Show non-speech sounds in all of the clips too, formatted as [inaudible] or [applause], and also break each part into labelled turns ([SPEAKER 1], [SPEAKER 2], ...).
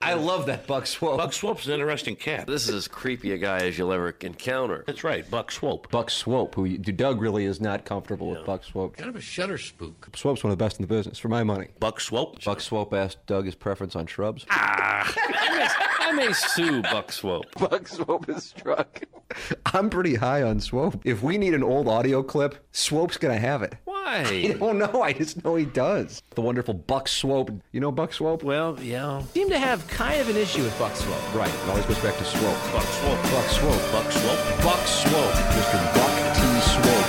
[SPEAKER 1] I love that Buck Swope.
[SPEAKER 2] Buck Swope's an interesting cat.
[SPEAKER 1] This is as creepy a guy as you'll ever encounter.
[SPEAKER 2] That's right, Buck Swope.
[SPEAKER 3] Buck Swope, who you- Doug really is not comfortable with Buck Swope.
[SPEAKER 2] Kind of a shudder spook.
[SPEAKER 3] Swope's one of the best in the business, for my money.
[SPEAKER 2] Buck Swope. Ah.
[SPEAKER 3] Buck Swope asked Doug his preference on shrubs.
[SPEAKER 1] Ah.
[SPEAKER 4] [laughs]
[SPEAKER 2] I, may, I may sue Buck Swope.
[SPEAKER 3] Buck Swope is struck. [laughs] I'm pretty high on Swope. If we need an old audio clip, Swope's going to have it. I [laughs]
[SPEAKER 2] Why?
[SPEAKER 3] don't know. I just know he does. The wonderful Buck Swope. You know Buck Swope?
[SPEAKER 4] Well, yeah. Seem to have kind of an issue with Buck Swope.
[SPEAKER 3] Right. It always goes back to Swope.
[SPEAKER 2] Buck Swope.
[SPEAKER 3] Buck Swope.
[SPEAKER 2] Buck Swope.
[SPEAKER 3] Buck Swope. Mr. Buck T. Swope.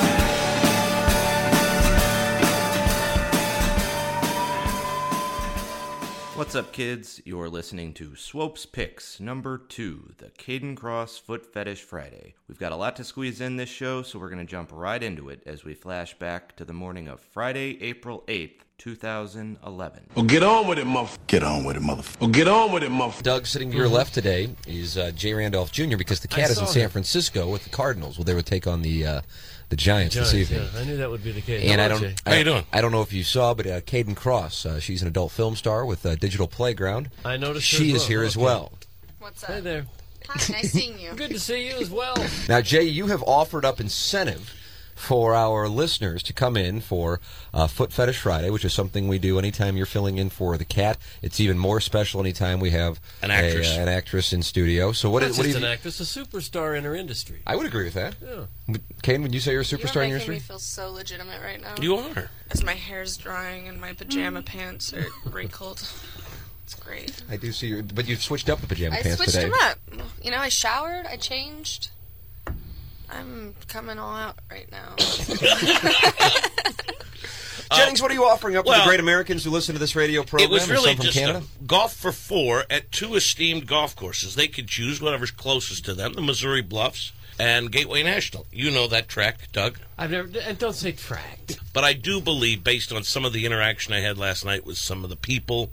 [SPEAKER 5] What's up, kids? You're listening to Swope's Picks, number two, the Caden Cross Foot Fetish Friday. We've got a lot to squeeze in this show, so we're going to jump right into it as we flash back to the morning of Friday, April 8th, 2011.
[SPEAKER 6] Well, get on with it, motherfucker. Get on with it, motherfucker. Well, get on with it, Mm-hmm. motherfucker.
[SPEAKER 7] Doug sitting to your left today is uh, Jay Randolph Jr. because the cat is in
[SPEAKER 4] saw
[SPEAKER 7] San
[SPEAKER 4] him.
[SPEAKER 7] Francisco with the Cardinals. Well, they would take on the uh, the Giants,
[SPEAKER 4] Giants,
[SPEAKER 7] this evening.
[SPEAKER 4] yeah. I knew that would be the case.
[SPEAKER 7] And
[SPEAKER 4] How
[SPEAKER 7] I
[SPEAKER 4] are
[SPEAKER 7] don't,
[SPEAKER 4] you?
[SPEAKER 7] I,
[SPEAKER 2] How you doing?
[SPEAKER 7] I don't know if you saw, but uh, Caden Cross, uh, she's an adult film star with uh, Digital Playground.
[SPEAKER 4] I noticed her
[SPEAKER 7] she is
[SPEAKER 4] as well.
[SPEAKER 7] here as
[SPEAKER 4] Okay.
[SPEAKER 7] well.
[SPEAKER 8] What's
[SPEAKER 4] Hey
[SPEAKER 8] up?
[SPEAKER 4] there.
[SPEAKER 8] Hi, nice seeing you.
[SPEAKER 4] Good to see you as well.
[SPEAKER 7] Now, Jay, you have offered up incentive for our listeners to come in for uh, Foot Fetish Friday, which is something we do anytime you're filling in for the cat. It's even more special anytime we have
[SPEAKER 2] An
[SPEAKER 7] a,
[SPEAKER 2] actress.
[SPEAKER 7] uh, an actress in studio. So what,
[SPEAKER 4] Not
[SPEAKER 7] is, what do
[SPEAKER 4] just
[SPEAKER 7] you
[SPEAKER 4] an
[SPEAKER 7] think-
[SPEAKER 4] actress, a superstar in her industry.
[SPEAKER 7] I would agree with that.
[SPEAKER 4] Yeah.
[SPEAKER 7] Kane, would you say you're a
[SPEAKER 8] You're
[SPEAKER 7] superstar in
[SPEAKER 8] making
[SPEAKER 7] your industry?
[SPEAKER 8] me feel so legitimate right now.
[SPEAKER 2] You are.
[SPEAKER 8] As my hair's drying and my pajama pants are wrinkled. It's great.
[SPEAKER 7] I do see your, but you've switched up the pajama
[SPEAKER 8] I
[SPEAKER 7] pants
[SPEAKER 8] switched
[SPEAKER 7] today.
[SPEAKER 8] them up. You know, I showered, I changed. I'm coming all out right
[SPEAKER 7] [laughs]
[SPEAKER 8] now.
[SPEAKER 2] Uh,
[SPEAKER 7] Jennings, what are you offering up to
[SPEAKER 2] well-
[SPEAKER 7] the great Americans who listen to this radio program?
[SPEAKER 2] It was
[SPEAKER 7] and
[SPEAKER 2] really
[SPEAKER 7] some from
[SPEAKER 2] just
[SPEAKER 7] Canada.
[SPEAKER 2] a golf for four at two esteemed golf courses. They could choose whatever's closest to them the Missouri Bluffs and Gateway National. You know that track, Doug.
[SPEAKER 4] I've never. And don't say tracked.
[SPEAKER 2] But I do believe, based on some of the interaction I had last night with some of the people,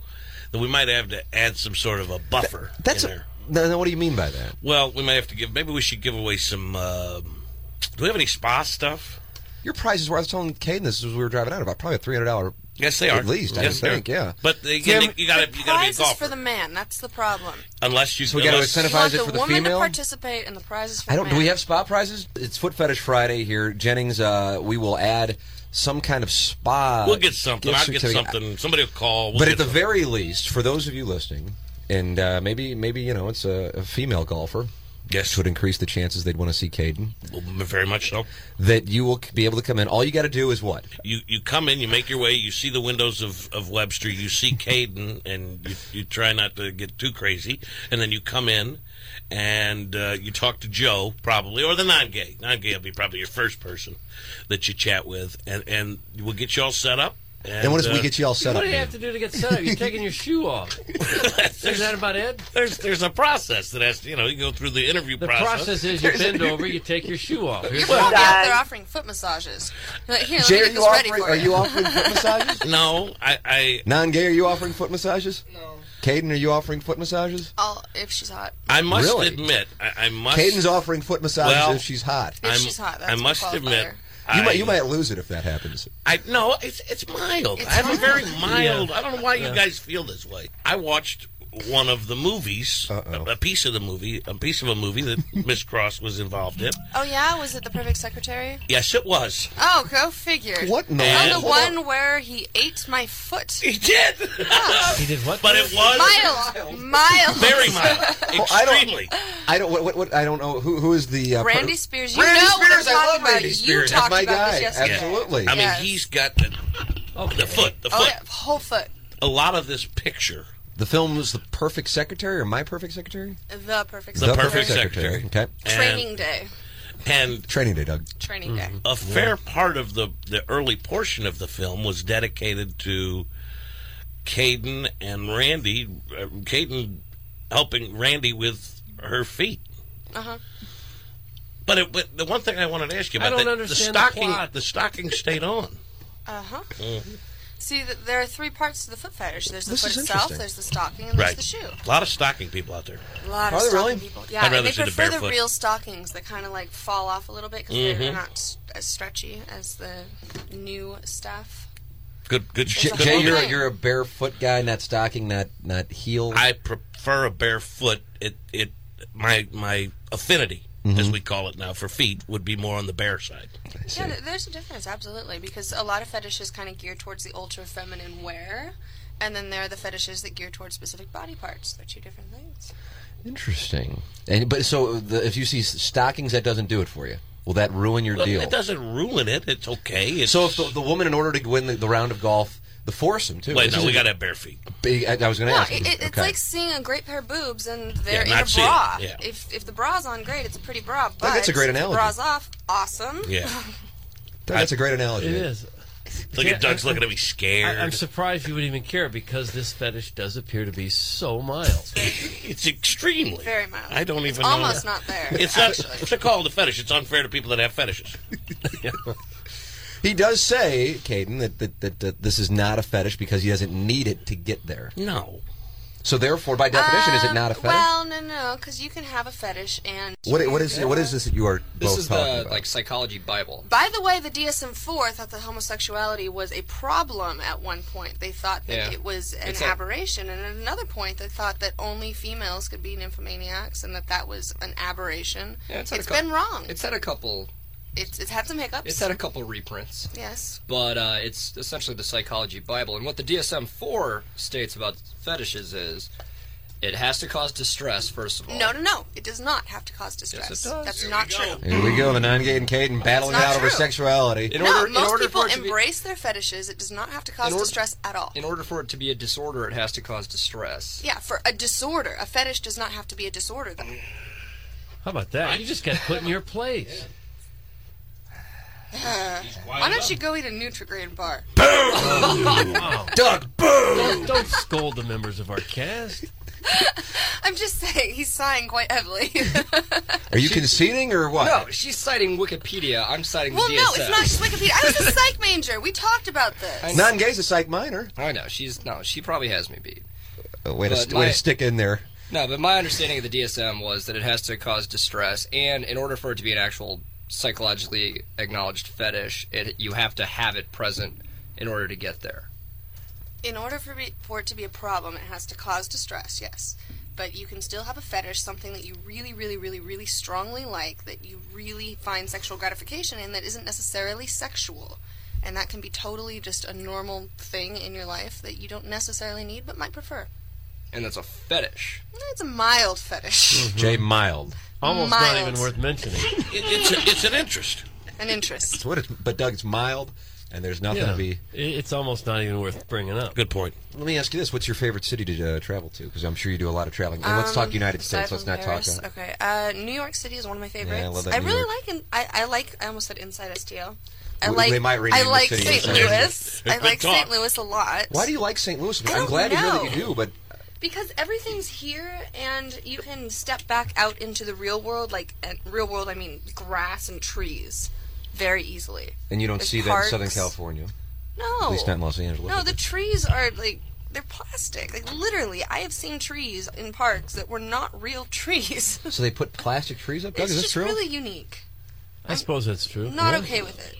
[SPEAKER 2] that we might have to add some sort of a buffer.
[SPEAKER 7] That's
[SPEAKER 2] in
[SPEAKER 7] a,
[SPEAKER 2] there.
[SPEAKER 7] no, no, What do you mean by that?
[SPEAKER 2] Well, we might have to give. Maybe we should give away some. um do we have any spa stuff?
[SPEAKER 7] Your prizes were. I was telling Caden this as we were driving out about probably a three hundred dollar.
[SPEAKER 2] Yes, they are.
[SPEAKER 7] At least, I would
[SPEAKER 2] yes, they are.
[SPEAKER 7] think, yeah.
[SPEAKER 2] But they, you,
[SPEAKER 7] Yeah,
[SPEAKER 2] got to you got to be a
[SPEAKER 8] Prize is
[SPEAKER 2] golfer
[SPEAKER 8] for the man. That's the problem.
[SPEAKER 2] unless you.
[SPEAKER 7] So we gotta
[SPEAKER 2] unless-
[SPEAKER 7] incentivize-
[SPEAKER 8] You want
[SPEAKER 7] Prize it
[SPEAKER 8] the
[SPEAKER 7] for the
[SPEAKER 8] woman
[SPEAKER 7] female?
[SPEAKER 8] to participate, and the prize is for
[SPEAKER 7] I
[SPEAKER 8] the
[SPEAKER 7] don't.
[SPEAKER 8] man.
[SPEAKER 7] Do we have spa prizes? It's Foot Fetish Friday here, Jennings. Uh, we will add some kind of spa.
[SPEAKER 2] We'll get something.
[SPEAKER 7] gift
[SPEAKER 2] I'll get
[SPEAKER 7] certificate.
[SPEAKER 2] something. Somebody will call. We'll
[SPEAKER 7] but
[SPEAKER 2] get
[SPEAKER 7] at the
[SPEAKER 2] something.
[SPEAKER 7] very least, for those of you listening, and uh, maybe maybe you know it's a, a female golfer,
[SPEAKER 2] yes,
[SPEAKER 7] which would increase the chances they'd want to see Caden.
[SPEAKER 2] well, very much so.
[SPEAKER 7] That you will be able to come in. All you got to do is what?
[SPEAKER 2] You you come in, you make your way, you see the windows of, of Webster, you see Caden, and you, you try not to get too crazy, and then you come in, and uh, you talk to Joe probably, or the non-gay. Non-gay will be probably your first person that you chat with, and and we'll get you all set up. And,
[SPEAKER 7] And what if we
[SPEAKER 2] uh,
[SPEAKER 7] get you all set up?
[SPEAKER 4] what do you
[SPEAKER 7] man?
[SPEAKER 2] [laughs]
[SPEAKER 4] have to do to get set up? You're taking your
[SPEAKER 7] [laughs]
[SPEAKER 4] shoe off. Is that about it?
[SPEAKER 2] There's there's a process that has to you know you go through the interview
[SPEAKER 4] The process is you
[SPEAKER 2] [laughs]
[SPEAKER 4] bend over, you take your shoe
[SPEAKER 7] [laughs]
[SPEAKER 4] off. Here's
[SPEAKER 8] Well,
[SPEAKER 4] what-
[SPEAKER 8] yeah, they're offering foot massages. Like, here, let me
[SPEAKER 7] Jay, are
[SPEAKER 8] get
[SPEAKER 7] you
[SPEAKER 8] this ready
[SPEAKER 7] offering?
[SPEAKER 8] for
[SPEAKER 7] Are you offering foot massages?
[SPEAKER 2] No, I, I
[SPEAKER 7] Non-gay, are you offering foot massages? No. Caden, are you offering foot massages?
[SPEAKER 8] I'll, if she's hot.
[SPEAKER 2] I must
[SPEAKER 7] Really?
[SPEAKER 2] admit I, I must.
[SPEAKER 7] Caden's offering foot massages
[SPEAKER 2] Well-
[SPEAKER 7] if she's hot.
[SPEAKER 8] If
[SPEAKER 2] I'm-
[SPEAKER 8] she's hot, that's
[SPEAKER 2] I
[SPEAKER 8] my
[SPEAKER 2] must admit.
[SPEAKER 8] qualifier.
[SPEAKER 7] You
[SPEAKER 2] I,
[SPEAKER 7] might you might lose it if that
[SPEAKER 2] [laughs]
[SPEAKER 7] happens.
[SPEAKER 2] I no, it's it's mild.
[SPEAKER 8] It's
[SPEAKER 2] I have a
[SPEAKER 8] mild.
[SPEAKER 2] very mild. I don't know why
[SPEAKER 4] Yeah.
[SPEAKER 2] you guys feel this way. I watched one of the movies, a, a piece of the movie, a piece of a movie that
[SPEAKER 8] [laughs]
[SPEAKER 2] Miss Cross was involved in.
[SPEAKER 8] Oh, yeah? Was it The Perfect Secretary?
[SPEAKER 2] Yes, it was.
[SPEAKER 8] Oh, go figure.
[SPEAKER 7] What in the
[SPEAKER 8] Oh,
[SPEAKER 2] And-
[SPEAKER 8] the
[SPEAKER 7] world?
[SPEAKER 8] one where he ate my foot.
[SPEAKER 2] He did.
[SPEAKER 4] He did what?
[SPEAKER 2] but it was
[SPEAKER 8] Miles. Miles.
[SPEAKER 2] very mild,
[SPEAKER 7] I don't-
[SPEAKER 2] extremely.
[SPEAKER 7] I don't what, what, what I don't know who who is the uh, per-
[SPEAKER 8] Randy Spears. You
[SPEAKER 7] Randy
[SPEAKER 8] know
[SPEAKER 7] Spears,
[SPEAKER 8] what I'm
[SPEAKER 7] I
[SPEAKER 8] talking
[SPEAKER 7] love
[SPEAKER 8] about.
[SPEAKER 7] Randy
[SPEAKER 8] You
[SPEAKER 7] Spears. That's
[SPEAKER 8] talked
[SPEAKER 7] my
[SPEAKER 8] about
[SPEAKER 7] guy.
[SPEAKER 8] this yesterday.
[SPEAKER 7] Absolutely.
[SPEAKER 2] I mean,
[SPEAKER 8] Yes.
[SPEAKER 2] he's got the
[SPEAKER 4] Okay.
[SPEAKER 2] the foot, the foot.
[SPEAKER 8] Oh, yeah, whole foot.
[SPEAKER 2] A lot of this picture.
[SPEAKER 7] the film was the Perfect Secretary or My Perfect Secretary?
[SPEAKER 8] The Perfect
[SPEAKER 2] The
[SPEAKER 8] Secretary.
[SPEAKER 2] Perfect Secretary.
[SPEAKER 7] Okay.
[SPEAKER 2] And-
[SPEAKER 8] Training day.
[SPEAKER 2] and
[SPEAKER 7] Training day, Doug.
[SPEAKER 8] Training day.
[SPEAKER 7] Mm-hmm.
[SPEAKER 2] a fair part of the the early portion of the film was dedicated to Caden and Randy, uh, Caden helping Randy with her feet.
[SPEAKER 8] Uh huh.
[SPEAKER 2] But, it, but the one thing I wanted to ask you
[SPEAKER 8] I
[SPEAKER 2] about
[SPEAKER 8] don't
[SPEAKER 2] the,
[SPEAKER 8] understand
[SPEAKER 2] the
[SPEAKER 8] the
[SPEAKER 2] stocking,
[SPEAKER 8] plot.
[SPEAKER 2] stocking stayed on.
[SPEAKER 8] Uh huh.
[SPEAKER 2] Mm.
[SPEAKER 8] See, th- there are three parts to the foot fetish. There's the
[SPEAKER 2] This
[SPEAKER 8] foot
[SPEAKER 2] is
[SPEAKER 8] itself,
[SPEAKER 2] interesting.
[SPEAKER 8] there's the stocking, and
[SPEAKER 2] Right.
[SPEAKER 8] there's the shoe.
[SPEAKER 2] A lot of stocking people out there.
[SPEAKER 8] A lot of
[SPEAKER 2] Are there
[SPEAKER 8] stocking
[SPEAKER 2] really?
[SPEAKER 8] people.
[SPEAKER 2] I'd
[SPEAKER 8] Yeah,
[SPEAKER 2] rather
[SPEAKER 8] they
[SPEAKER 2] see the
[SPEAKER 8] prefer
[SPEAKER 2] barefoot.
[SPEAKER 8] real stockings that kind of like fall off a little bit because they're
[SPEAKER 2] Mhm.
[SPEAKER 8] not s- as stretchy as the new stuff.
[SPEAKER 2] Good, good
[SPEAKER 7] J-
[SPEAKER 2] shit.
[SPEAKER 7] Jay, you're a, you're a barefoot guy, not stocking, not not heel.
[SPEAKER 2] I prefer a barefoot. It it my my affinity,
[SPEAKER 7] Mm-hmm.
[SPEAKER 2] as we call it now, for feet would be more on the bare side.
[SPEAKER 8] Yeah, th- there's a difference, absolutely, because a lot of fetishes kind of gear towards the ultra feminine wear, and then there are the fetishes that gear towards specific body parts. They're two different things.
[SPEAKER 7] Interesting. And but so the, if you see s- stockings, that doesn't do it for you. Will that ruin your
[SPEAKER 2] Look,
[SPEAKER 7] deal?
[SPEAKER 2] It doesn't ruin it. It's okay. It's,
[SPEAKER 7] So if the, the woman, in order to win the, the round of golf, the foursome too.
[SPEAKER 2] wait,
[SPEAKER 7] This
[SPEAKER 2] no,
[SPEAKER 7] is
[SPEAKER 2] we
[SPEAKER 7] a
[SPEAKER 2] got to have bare feet.
[SPEAKER 7] big- I, I was going to
[SPEAKER 8] No,
[SPEAKER 7] ask.
[SPEAKER 8] it,
[SPEAKER 7] you.
[SPEAKER 8] it, it's
[SPEAKER 7] Okay.
[SPEAKER 8] like seeing a great pair of boobs and
[SPEAKER 7] Yeah,
[SPEAKER 8] they're in a
[SPEAKER 7] not seeing
[SPEAKER 8] bra.
[SPEAKER 7] it, yeah.
[SPEAKER 8] If if the bra's on, great. It's a pretty bra. But
[SPEAKER 7] Look, that's a great
[SPEAKER 8] if the
[SPEAKER 7] analogy.
[SPEAKER 8] bra's off, awesome. [laughs]
[SPEAKER 2] Yeah.
[SPEAKER 7] that's a great analogy.
[SPEAKER 4] It is.
[SPEAKER 2] Look
[SPEAKER 4] Yeah,
[SPEAKER 2] at Doug's
[SPEAKER 4] I'm-
[SPEAKER 2] looking at me scared.
[SPEAKER 4] I, am surprised you would even care because this fetish does appear to be so mild.
[SPEAKER 2] it's extremely
[SPEAKER 8] Very mild.
[SPEAKER 2] I don't even
[SPEAKER 8] It's
[SPEAKER 2] know.
[SPEAKER 8] almost not there,
[SPEAKER 2] It's not
[SPEAKER 8] actually.
[SPEAKER 2] to call it a fetish. It's unfair to people that have fetishes.
[SPEAKER 7] [laughs] He does say, Caden, that, that, that, that this is not a fetish because he doesn't need it to get there.
[SPEAKER 2] No.
[SPEAKER 7] So therefore, by definition, is it not a fetish?
[SPEAKER 8] Uh, Um, Well, no, no, because you can have a fetish and.
[SPEAKER 7] what, what is what is this that you are
[SPEAKER 9] This
[SPEAKER 7] both
[SPEAKER 9] is
[SPEAKER 7] talking
[SPEAKER 9] the
[SPEAKER 7] about?
[SPEAKER 9] like psychology Bible.
[SPEAKER 8] By the way, the DSM-4 thought that homosexuality was a problem at one point. They thought that
[SPEAKER 9] Yeah.
[SPEAKER 8] it was an
[SPEAKER 9] It's a-
[SPEAKER 8] aberration, and at another point, they thought that only females could be nymphomaniacs, and that that was an aberration.
[SPEAKER 9] Yeah, it's had a
[SPEAKER 8] it's
[SPEAKER 9] cou-
[SPEAKER 8] been wrong.
[SPEAKER 9] It's had a couple.
[SPEAKER 8] It's it's had some hiccups.
[SPEAKER 9] It's had a couple reprints.
[SPEAKER 8] Yes.
[SPEAKER 9] But uh, it's essentially the psychology Bible, and what the DSM four states about fetishes is, it has to cause distress first of all.
[SPEAKER 8] No, no, no. It does not have to cause distress. That's not true.
[SPEAKER 7] Here we go, the non-gay and Caden battling it
[SPEAKER 8] not
[SPEAKER 7] out over
[SPEAKER 8] true.
[SPEAKER 7] sexuality.
[SPEAKER 9] In
[SPEAKER 8] no,
[SPEAKER 9] order- in
[SPEAKER 8] most
[SPEAKER 9] order
[SPEAKER 8] people
[SPEAKER 9] for it to be-
[SPEAKER 8] embrace their fetishes. It does not have to cause
[SPEAKER 9] In order-
[SPEAKER 8] distress at all.
[SPEAKER 9] In order for it to be a disorder, it has to cause distress.
[SPEAKER 8] Yeah, for a disorder, a fetish does not have to be a disorder, though.
[SPEAKER 4] How about that? You just got put in your place.
[SPEAKER 2] [laughs]
[SPEAKER 8] Uh, why
[SPEAKER 4] wired
[SPEAKER 8] don't
[SPEAKER 4] up.
[SPEAKER 8] you go eat a Nutrigrain bar?
[SPEAKER 4] Doug, boom! Don't, don't scold the members of our cast.
[SPEAKER 8] I'm just saying, he's sighing quite heavily.
[SPEAKER 7] Are you conceding or what?
[SPEAKER 9] No, she's citing Wikipedia. I'm citing
[SPEAKER 8] [laughs] well,
[SPEAKER 9] the
[SPEAKER 8] no,
[SPEAKER 9] DSM.
[SPEAKER 8] it's not just Wikipedia. I was a psych major. We talked about this.
[SPEAKER 7] Non-gay's a psych minor.
[SPEAKER 9] I know she's no. She probably has me beat.
[SPEAKER 7] Oh, way, to,
[SPEAKER 9] But
[SPEAKER 7] st-
[SPEAKER 9] my-
[SPEAKER 7] way to stick in there.
[SPEAKER 9] No, but my understanding of the DSM was that it has to cause distress, and in order for it to be an actual psychologically acknowledged fetish, it, you have to have it present in order to get there.
[SPEAKER 8] In order for, be, for it to be a problem, it has to cause distress, yes. But you can still have a fetish, something that you really, really, really, really strongly like, that you really find sexual gratification in, that isn't necessarily sexual. And that can be totally just a normal thing in your life that you don't necessarily need but might prefer.
[SPEAKER 9] And that's a fetish.
[SPEAKER 8] It's a mild fetish,
[SPEAKER 7] Jay Mild.
[SPEAKER 4] Almost not even
[SPEAKER 8] Mild.
[SPEAKER 4] worth mentioning.
[SPEAKER 2] it's it's an interest.
[SPEAKER 8] an interest.
[SPEAKER 7] [laughs] It's what it's, but Doug, it's mild, and there's nothing
[SPEAKER 4] Yeah.
[SPEAKER 7] to be.
[SPEAKER 4] It- It's almost not even worth bringing up.
[SPEAKER 2] Good point.
[SPEAKER 7] Let me ask you this: What's your favorite city to uh, travel to? Because I'm sure you do a lot of traveling. And let's talk
[SPEAKER 8] Um,
[SPEAKER 7] United States.
[SPEAKER 8] aside
[SPEAKER 7] Let's
[SPEAKER 8] from
[SPEAKER 7] not
[SPEAKER 8] Paris,
[SPEAKER 7] talk. Uh,
[SPEAKER 8] Okay, uh, New York City is one of my favorites.
[SPEAKER 7] love that
[SPEAKER 8] I
[SPEAKER 7] New
[SPEAKER 8] really
[SPEAKER 7] York.
[SPEAKER 8] like. In, I, I like. I almost said Inside STL. I
[SPEAKER 7] We-
[SPEAKER 8] like.
[SPEAKER 7] they might rename
[SPEAKER 8] I
[SPEAKER 7] the
[SPEAKER 8] like
[SPEAKER 7] city
[SPEAKER 8] St.
[SPEAKER 7] Inside [laughs]
[SPEAKER 8] Louis.
[SPEAKER 7] STL.
[SPEAKER 8] I
[SPEAKER 7] Good
[SPEAKER 8] like
[SPEAKER 7] talk.
[SPEAKER 8] St. Louis a lot.
[SPEAKER 7] why do you like St. Louis?
[SPEAKER 8] I
[SPEAKER 7] I'm
[SPEAKER 8] don't
[SPEAKER 7] glad to hear that you
[SPEAKER 8] know.
[SPEAKER 7] do, but
[SPEAKER 8] Because everything's here, and you can step back out into the real world. Like and real world, I mean grass and trees, very easily.
[SPEAKER 7] and you don't
[SPEAKER 8] There's
[SPEAKER 7] see
[SPEAKER 8] parks.
[SPEAKER 7] that in Southern California.
[SPEAKER 8] No.
[SPEAKER 7] At least not in Los Angeles.
[SPEAKER 8] No, the trees are like they're plastic. Like literally, I have seen trees in parks that were not real trees. [laughs]
[SPEAKER 7] So they put plastic trees up. Doug,
[SPEAKER 8] it's
[SPEAKER 7] is this
[SPEAKER 8] just
[SPEAKER 7] true?
[SPEAKER 8] really unique.
[SPEAKER 4] I suppose that's true.
[SPEAKER 8] Not okay with it.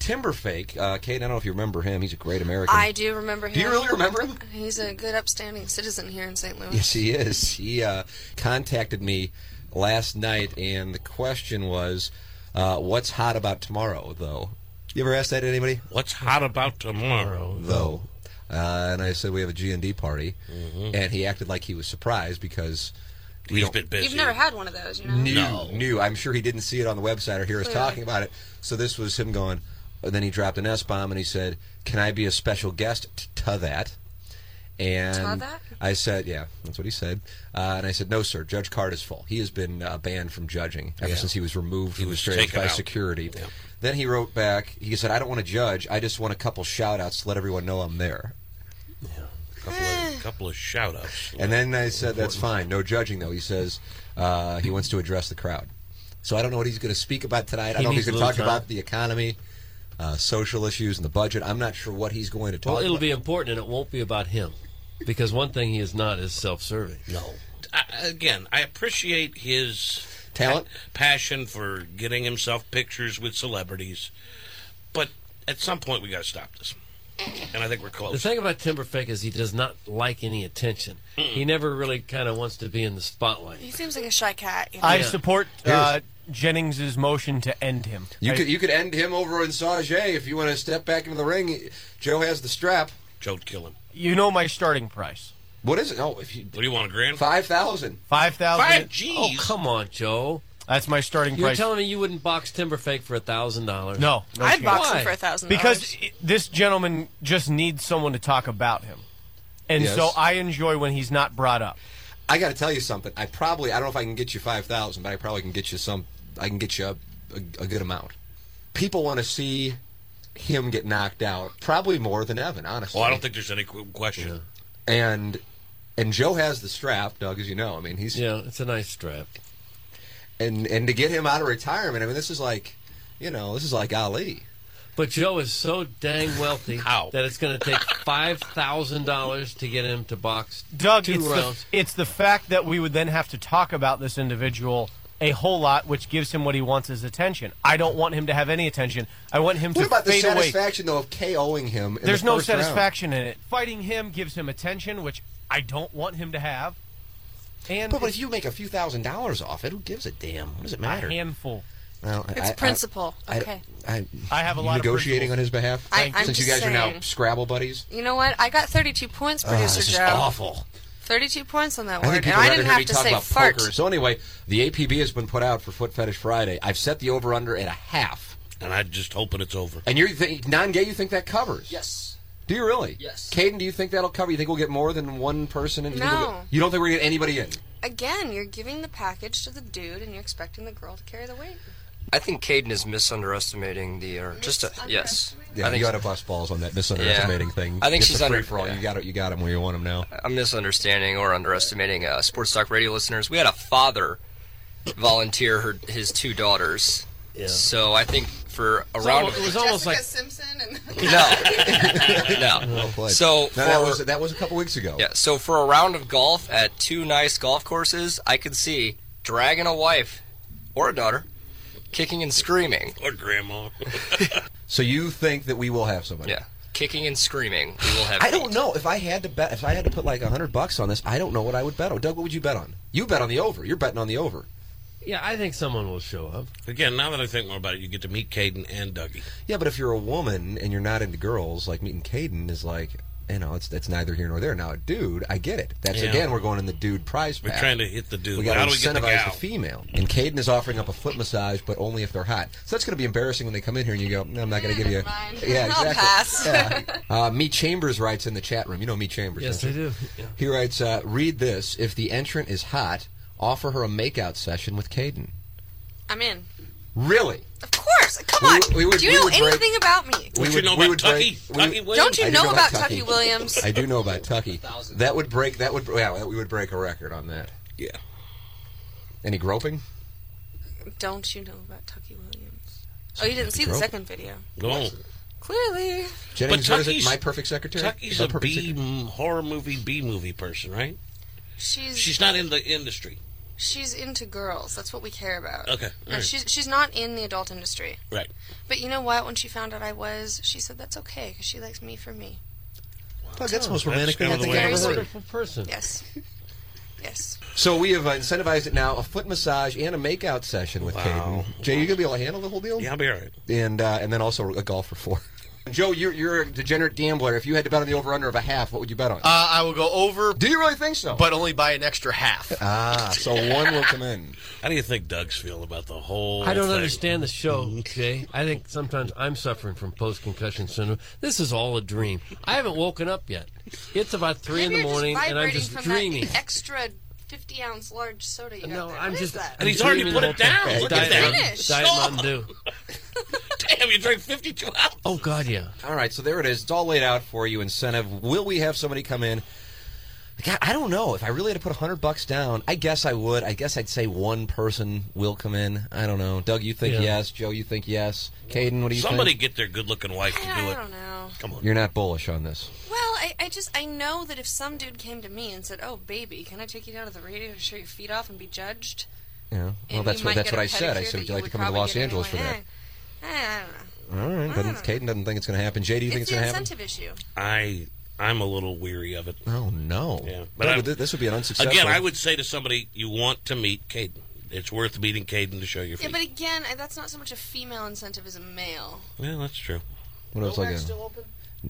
[SPEAKER 7] Timberfake, uh, Kate. I don't know if you remember him. He's a great American.
[SPEAKER 8] I do remember him.
[SPEAKER 7] Do you really remember him?
[SPEAKER 8] He's a good, upstanding citizen here in St. Louis.
[SPEAKER 7] Yes, he is. He uh, contacted me last night, and the question was, uh, "What's hot about tomorrow?" Though, you ever asked that to anybody?
[SPEAKER 2] What's hot about tomorrow?
[SPEAKER 7] Though, uh, and I said we have a G and D party,
[SPEAKER 2] Mhm.
[SPEAKER 7] and he acted like he was surprised because we
[SPEAKER 2] He's
[SPEAKER 7] don't-
[SPEAKER 2] been busy.
[SPEAKER 8] You've never had one of those, you know?
[SPEAKER 7] Knew, knew. I'm sure he didn't see it on the website or hear us
[SPEAKER 8] Clearly.
[SPEAKER 7] talking about it. So this was him going. And then he dropped an S bomb and he said, "Can I be a special guest t- to that?" And
[SPEAKER 8] To that?
[SPEAKER 7] I said, "Yeah, that's what he said." Uh, and I said, "No, sir. Judge Card is full. He has been uh, banned from judging ever
[SPEAKER 2] Yeah.
[SPEAKER 7] since he was removed
[SPEAKER 2] He
[SPEAKER 7] from the
[SPEAKER 2] was
[SPEAKER 7] stage
[SPEAKER 2] taken
[SPEAKER 7] by
[SPEAKER 2] out.
[SPEAKER 7] security." Then he wrote back. He said, "I don't want to judge. I just want a couple shout outs to let everyone know I'm there."
[SPEAKER 8] Eh,
[SPEAKER 2] couple of shout outs.
[SPEAKER 7] And then I said, that's fine. No judging, though. He says uh, he wants to address the crowd. So I don't know what he's going to speak about tonight. I don't
[SPEAKER 2] He
[SPEAKER 7] know if he's
[SPEAKER 2] needs
[SPEAKER 7] going
[SPEAKER 2] a
[SPEAKER 7] to talk
[SPEAKER 2] little time.
[SPEAKER 7] about the economy, uh, social issues, and the budget. I'm not sure what he's going to talk
[SPEAKER 4] Well, it'll
[SPEAKER 7] about.
[SPEAKER 4] be important, and it won't be about him, because one thing he is not is self-serving. No,
[SPEAKER 2] I, again, I appreciate his
[SPEAKER 7] Talent?
[SPEAKER 2] pa- passion for getting himself pictures with celebrities, but at some point we got to stop this, and I think we're
[SPEAKER 4] The
[SPEAKER 2] close.
[SPEAKER 4] thing about Timberfake is he does not like any attention. He never really kind of wants to be in the spotlight.
[SPEAKER 8] He seems like a shy cat. You know?
[SPEAKER 10] I support uh, Jennings' motion to end him.
[SPEAKER 7] You
[SPEAKER 10] I-
[SPEAKER 7] could you could end him over in Sage if you want to step back into the ring. Joe has the strap.
[SPEAKER 2] Joe'd kill him.
[SPEAKER 10] you know my starting price.
[SPEAKER 7] What is it? Oh, if you
[SPEAKER 2] What do you want, a grand?
[SPEAKER 7] five thousand.
[SPEAKER 10] Five thousand.
[SPEAKER 4] Five Gs? Oh, come on, Joe.
[SPEAKER 10] That's my starting
[SPEAKER 4] You're
[SPEAKER 10] price.
[SPEAKER 4] telling me you wouldn't box Timberfake for a thousand dollars?
[SPEAKER 10] No, no chance.
[SPEAKER 4] Why?
[SPEAKER 10] Because i- this gentleman just needs someone to talk about him, and
[SPEAKER 7] Yes.
[SPEAKER 10] so uh, I enjoy when he's not brought up.
[SPEAKER 7] I got to tell you something. I probably I don't know if I can get you five thousand, but I probably can get you some. I can get you a, a, a good amount. People want to see him get knocked out, probably more than Evan, honestly.
[SPEAKER 2] Well, I don't think there's any qu- question.
[SPEAKER 7] and and Joe has the strap, Doug, as you know. I mean, he's
[SPEAKER 4] yeah, it's a nice strap.
[SPEAKER 7] And and to get him out of retirement, I mean, this is like, you know, this is like Ali.
[SPEAKER 4] But Joe is so dang wealthy that it's going to take five thousand dollars to get him to box
[SPEAKER 10] Doug,
[SPEAKER 4] two
[SPEAKER 10] it's the,
[SPEAKER 4] rounds.
[SPEAKER 10] it's the fact that we would then have to talk about this individual a whole lot, which gives him what he wants his attention. I don't want him to have any attention. I want him
[SPEAKER 7] What
[SPEAKER 10] to
[SPEAKER 7] about the
[SPEAKER 10] fade away.
[SPEAKER 7] satisfaction though of KOing him? In
[SPEAKER 10] There's
[SPEAKER 7] the
[SPEAKER 10] no
[SPEAKER 7] first round?
[SPEAKER 10] satisfaction in it. Fighting him gives him attention, which I don't want him to have. And
[SPEAKER 7] But, but if you make a few thousand dollars off it, who gives a damn? What does it matter?
[SPEAKER 10] A handful.
[SPEAKER 7] Well,
[SPEAKER 8] It's
[SPEAKER 7] I- I-
[SPEAKER 8] principle.
[SPEAKER 7] I-
[SPEAKER 8] Okay.
[SPEAKER 7] I,
[SPEAKER 10] I have a lot of
[SPEAKER 7] negotiating
[SPEAKER 10] principles.
[SPEAKER 7] on his behalf.
[SPEAKER 8] I- I'm
[SPEAKER 7] since you guys
[SPEAKER 8] just
[SPEAKER 7] are now
[SPEAKER 8] saying.
[SPEAKER 7] Scrabble buddies.
[SPEAKER 8] You know what? I got 32 points,
[SPEAKER 7] Ah,
[SPEAKER 8] producer
[SPEAKER 7] this is
[SPEAKER 8] Joe.
[SPEAKER 7] awful.
[SPEAKER 8] 32 points on that
[SPEAKER 7] I
[SPEAKER 8] word,
[SPEAKER 7] think
[SPEAKER 8] and
[SPEAKER 7] people
[SPEAKER 8] I
[SPEAKER 7] rather
[SPEAKER 8] didn't
[SPEAKER 7] hear
[SPEAKER 8] have
[SPEAKER 7] me
[SPEAKER 8] to
[SPEAKER 7] talk
[SPEAKER 8] say
[SPEAKER 7] about
[SPEAKER 8] fart.
[SPEAKER 7] poker. So anyway, the APB has been put out for Foot Fetish Friday. I've set the over under at a half.
[SPEAKER 2] And I'm just hoping it's over.
[SPEAKER 7] And you're th- non-gay. You think that covers?
[SPEAKER 9] Yes.
[SPEAKER 7] Do you really?
[SPEAKER 9] Yes.
[SPEAKER 7] Caden, do you think that'll cover? You think we'll get more than one person? in? You think we'll
[SPEAKER 8] No.
[SPEAKER 7] get- you don't think we're gonna get anybody in?
[SPEAKER 8] Again, you're giving the package to the dude, and you're expecting the girl to carry the weight.
[SPEAKER 9] I think Caden is misunderestimating the or just a, yes.
[SPEAKER 7] Yeah,
[SPEAKER 9] I think
[SPEAKER 7] you got to bust balls on that
[SPEAKER 9] misunderestimating
[SPEAKER 7] misunderestimating
[SPEAKER 9] Yeah.
[SPEAKER 7] thing.
[SPEAKER 9] thing. I think
[SPEAKER 7] it's
[SPEAKER 9] she's
[SPEAKER 7] a
[SPEAKER 9] under-
[SPEAKER 7] free-for-all. You
[SPEAKER 9] yeah.
[SPEAKER 7] got it. You got him where you want him now.
[SPEAKER 9] I'm misunderstanding or underestimating uh, sports talk radio listeners. We had a father volunteer her, his two daughters.
[SPEAKER 4] Yeah.
[SPEAKER 9] So I think for
[SPEAKER 8] So
[SPEAKER 9] around
[SPEAKER 8] it was almost like Simpson and
[SPEAKER 9] no, [laughs]
[SPEAKER 7] Well
[SPEAKER 9] no.
[SPEAKER 7] played.
[SPEAKER 9] So
[SPEAKER 7] No, that
[SPEAKER 9] for-
[SPEAKER 7] was that was a couple weeks ago.
[SPEAKER 9] Yeah, so for a round of golf at two nice golf courses, I could see dragging a wife or a daughter kicking and screaming.
[SPEAKER 2] Or grandma.
[SPEAKER 7] So you think that we will have somebody?
[SPEAKER 9] yeah, [laughs] kicking and screaming. We will have.
[SPEAKER 7] I don't know if I had to bet. If I had to put like a hundred bucks on this, I don't know what I would bet on. Doug, what would you bet on? You bet on the over. You're betting on the over.
[SPEAKER 4] Yeah, I think someone will show up.
[SPEAKER 2] Again, now that I think more about it, you get to meet Caden and Dougie.
[SPEAKER 7] Yeah, but if you're a woman and you're not into girls, like meeting Caden is like, you know, it's that's neither here nor there. Now, a dude, I get it. That's
[SPEAKER 2] Yeah.
[SPEAKER 7] again, we're going in the dude prize
[SPEAKER 2] We're
[SPEAKER 7] pack.
[SPEAKER 2] trying to hit the dude.
[SPEAKER 7] We got
[SPEAKER 2] How
[SPEAKER 7] to
[SPEAKER 2] do we get the
[SPEAKER 7] incentivize
[SPEAKER 2] gal?
[SPEAKER 7] the female. And Caden is offering up a foot massage, but only if they're hot. So that's going to be embarrassing when they come in here and you go, no, I'm not going to give you. Yeah,
[SPEAKER 8] I'll
[SPEAKER 7] exactly.
[SPEAKER 8] pass.
[SPEAKER 7] Yeah.
[SPEAKER 8] [laughs]
[SPEAKER 7] Uh, Me Chambers writes in the chat room. You know Me Chambers.
[SPEAKER 4] Yes,
[SPEAKER 7] don't
[SPEAKER 4] I
[SPEAKER 7] you?
[SPEAKER 4] do. Yeah.
[SPEAKER 7] He writes, uh, read this. If the entrant is hot, offer her a makeout session with Caden.
[SPEAKER 8] I'm in.
[SPEAKER 7] Really?
[SPEAKER 8] Of course. Come
[SPEAKER 7] We
[SPEAKER 8] on.
[SPEAKER 7] would- we would-
[SPEAKER 8] do you
[SPEAKER 7] we
[SPEAKER 8] know
[SPEAKER 7] would break-
[SPEAKER 8] anything about me?
[SPEAKER 7] We
[SPEAKER 2] Don't you
[SPEAKER 7] would-
[SPEAKER 2] know
[SPEAKER 7] we
[SPEAKER 2] about
[SPEAKER 7] would
[SPEAKER 2] Tucky?
[SPEAKER 7] break- we
[SPEAKER 2] Tucky
[SPEAKER 7] would-
[SPEAKER 2] Williams?
[SPEAKER 8] Don't you
[SPEAKER 7] I do
[SPEAKER 8] know about
[SPEAKER 7] Tucky.
[SPEAKER 8] Tucky Williams?
[SPEAKER 7] I do know about Tucky. That would break. That would. Yeah, we would break a record on that.
[SPEAKER 2] Yeah.
[SPEAKER 7] Any groping?
[SPEAKER 8] Don't you know about Tucky Williams? Oh, you didn't see the
[SPEAKER 7] Girl.
[SPEAKER 8] second video.
[SPEAKER 2] Go on.
[SPEAKER 8] Clearly.
[SPEAKER 7] Jennings, what is it?
[SPEAKER 2] Tucky's-
[SPEAKER 7] My perfect secretary.
[SPEAKER 2] Tucky's
[SPEAKER 7] My
[SPEAKER 2] a
[SPEAKER 7] perfect
[SPEAKER 2] B m- horror movie B movie person, right?
[SPEAKER 8] She's
[SPEAKER 2] She's not in the industry.
[SPEAKER 8] she's into girls. That's what we care about.
[SPEAKER 2] Okay,
[SPEAKER 8] No,
[SPEAKER 2] alright.
[SPEAKER 8] she's she's not in the adult industry.
[SPEAKER 2] Right.
[SPEAKER 8] But you know what? When she found out I was, she said that's okay because she likes me for me.
[SPEAKER 7] Doug, that's the most
[SPEAKER 2] Oh,
[SPEAKER 7] romantic
[SPEAKER 2] That's
[SPEAKER 7] thing
[SPEAKER 2] kind
[SPEAKER 7] I
[SPEAKER 2] of the
[SPEAKER 7] think
[SPEAKER 2] way
[SPEAKER 7] I've ever
[SPEAKER 2] it works.
[SPEAKER 7] heard.
[SPEAKER 4] Wonderful person.
[SPEAKER 8] Yes. yes.
[SPEAKER 7] So we have uh, incentivized it now: a foot massage and a makeout session with Caden. Jay, you gonna be able to handle the whole deal?
[SPEAKER 2] Yeah, I'll be all right.
[SPEAKER 7] And uh, and then also a golf for [laughs] four. Joe, you're you're a degenerate gambler. If you had to bet on the over under of a half, what would you bet on?
[SPEAKER 11] Uh, I will go over.
[SPEAKER 7] Do you really think so?
[SPEAKER 11] But only by an extra half.
[SPEAKER 7] ah, so one will come in.
[SPEAKER 2] How do you think Doug's feeling about the whole?
[SPEAKER 4] I don't
[SPEAKER 2] thing?
[SPEAKER 4] understand the show, Jay. I think sometimes I'm suffering from post concussion syndrome. This is all a dream. I haven't woken up yet. It's about three
[SPEAKER 8] Maybe
[SPEAKER 4] in the
[SPEAKER 8] you're
[SPEAKER 4] morning,
[SPEAKER 8] just
[SPEAKER 4] and I'm
[SPEAKER 8] vibrating
[SPEAKER 4] just
[SPEAKER 8] from
[SPEAKER 4] dreaming.
[SPEAKER 8] That extra fifty ounce large soda. You
[SPEAKER 4] No,
[SPEAKER 8] got there.
[SPEAKER 4] I'm
[SPEAKER 8] What is
[SPEAKER 4] just.
[SPEAKER 8] that?
[SPEAKER 2] And he's already put it down. Look at
[SPEAKER 4] Diet,
[SPEAKER 2] that.
[SPEAKER 4] Mountain-
[SPEAKER 2] Finish.
[SPEAKER 4] Diet
[SPEAKER 2] Stop.
[SPEAKER 4] Mountain Dew.
[SPEAKER 2] [laughs] Damn, you drank fifty-two ounces.
[SPEAKER 4] Oh God, yeah.
[SPEAKER 7] All right, so there it is. It's all laid out for you. Incentive. Will we have somebody come in? God, I don't know. If I really had to put hundred bucks down, I guess I would. I guess I'd say one person will come in. I don't know. Doug, you think
[SPEAKER 2] Yeah.
[SPEAKER 7] yes. Joe, you think yes. Caden, what do you
[SPEAKER 2] Somebody
[SPEAKER 7] think?
[SPEAKER 2] get their good-looking wife to do
[SPEAKER 8] I
[SPEAKER 2] it.
[SPEAKER 8] don't know.
[SPEAKER 2] Come on.
[SPEAKER 7] You're not bullish on this.
[SPEAKER 8] Well, I, I just I know that if some dude came to me and said, "Oh, baby, can I take you down to the radio to show your feet off and be judged?"
[SPEAKER 7] Yeah. Well,
[SPEAKER 8] And
[SPEAKER 7] that's
[SPEAKER 8] you
[SPEAKER 7] what
[SPEAKER 8] might
[SPEAKER 7] that's
[SPEAKER 8] get
[SPEAKER 7] what
[SPEAKER 8] a
[SPEAKER 7] I said. I
[SPEAKER 8] pedicure
[SPEAKER 7] said, would
[SPEAKER 8] that
[SPEAKER 7] you like
[SPEAKER 8] would
[SPEAKER 7] to come to
[SPEAKER 8] probably
[SPEAKER 7] Los
[SPEAKER 8] get
[SPEAKER 7] Angeles for
[SPEAKER 8] anyway.
[SPEAKER 7] that?
[SPEAKER 8] Eh, eh, I don't know.
[SPEAKER 7] All right. Doesn't, Caden doesn't think it's going to happen. JD, you think it's
[SPEAKER 8] it's the
[SPEAKER 7] going to happen?
[SPEAKER 8] incentive issue.
[SPEAKER 2] I I'm a little weary of it.
[SPEAKER 7] Oh no.
[SPEAKER 2] Yeah,
[SPEAKER 7] No,
[SPEAKER 2] I-
[SPEAKER 7] but th- this would be an unsuccessful-
[SPEAKER 2] Again, I would say to somebody you want to meet Caden. It's worth meeting Caden to show your
[SPEAKER 8] Yeah,
[SPEAKER 2] feet.
[SPEAKER 8] but again, I, that's not so much a female incentive as a male.
[SPEAKER 2] Yeah, that's true.
[SPEAKER 7] What else I got?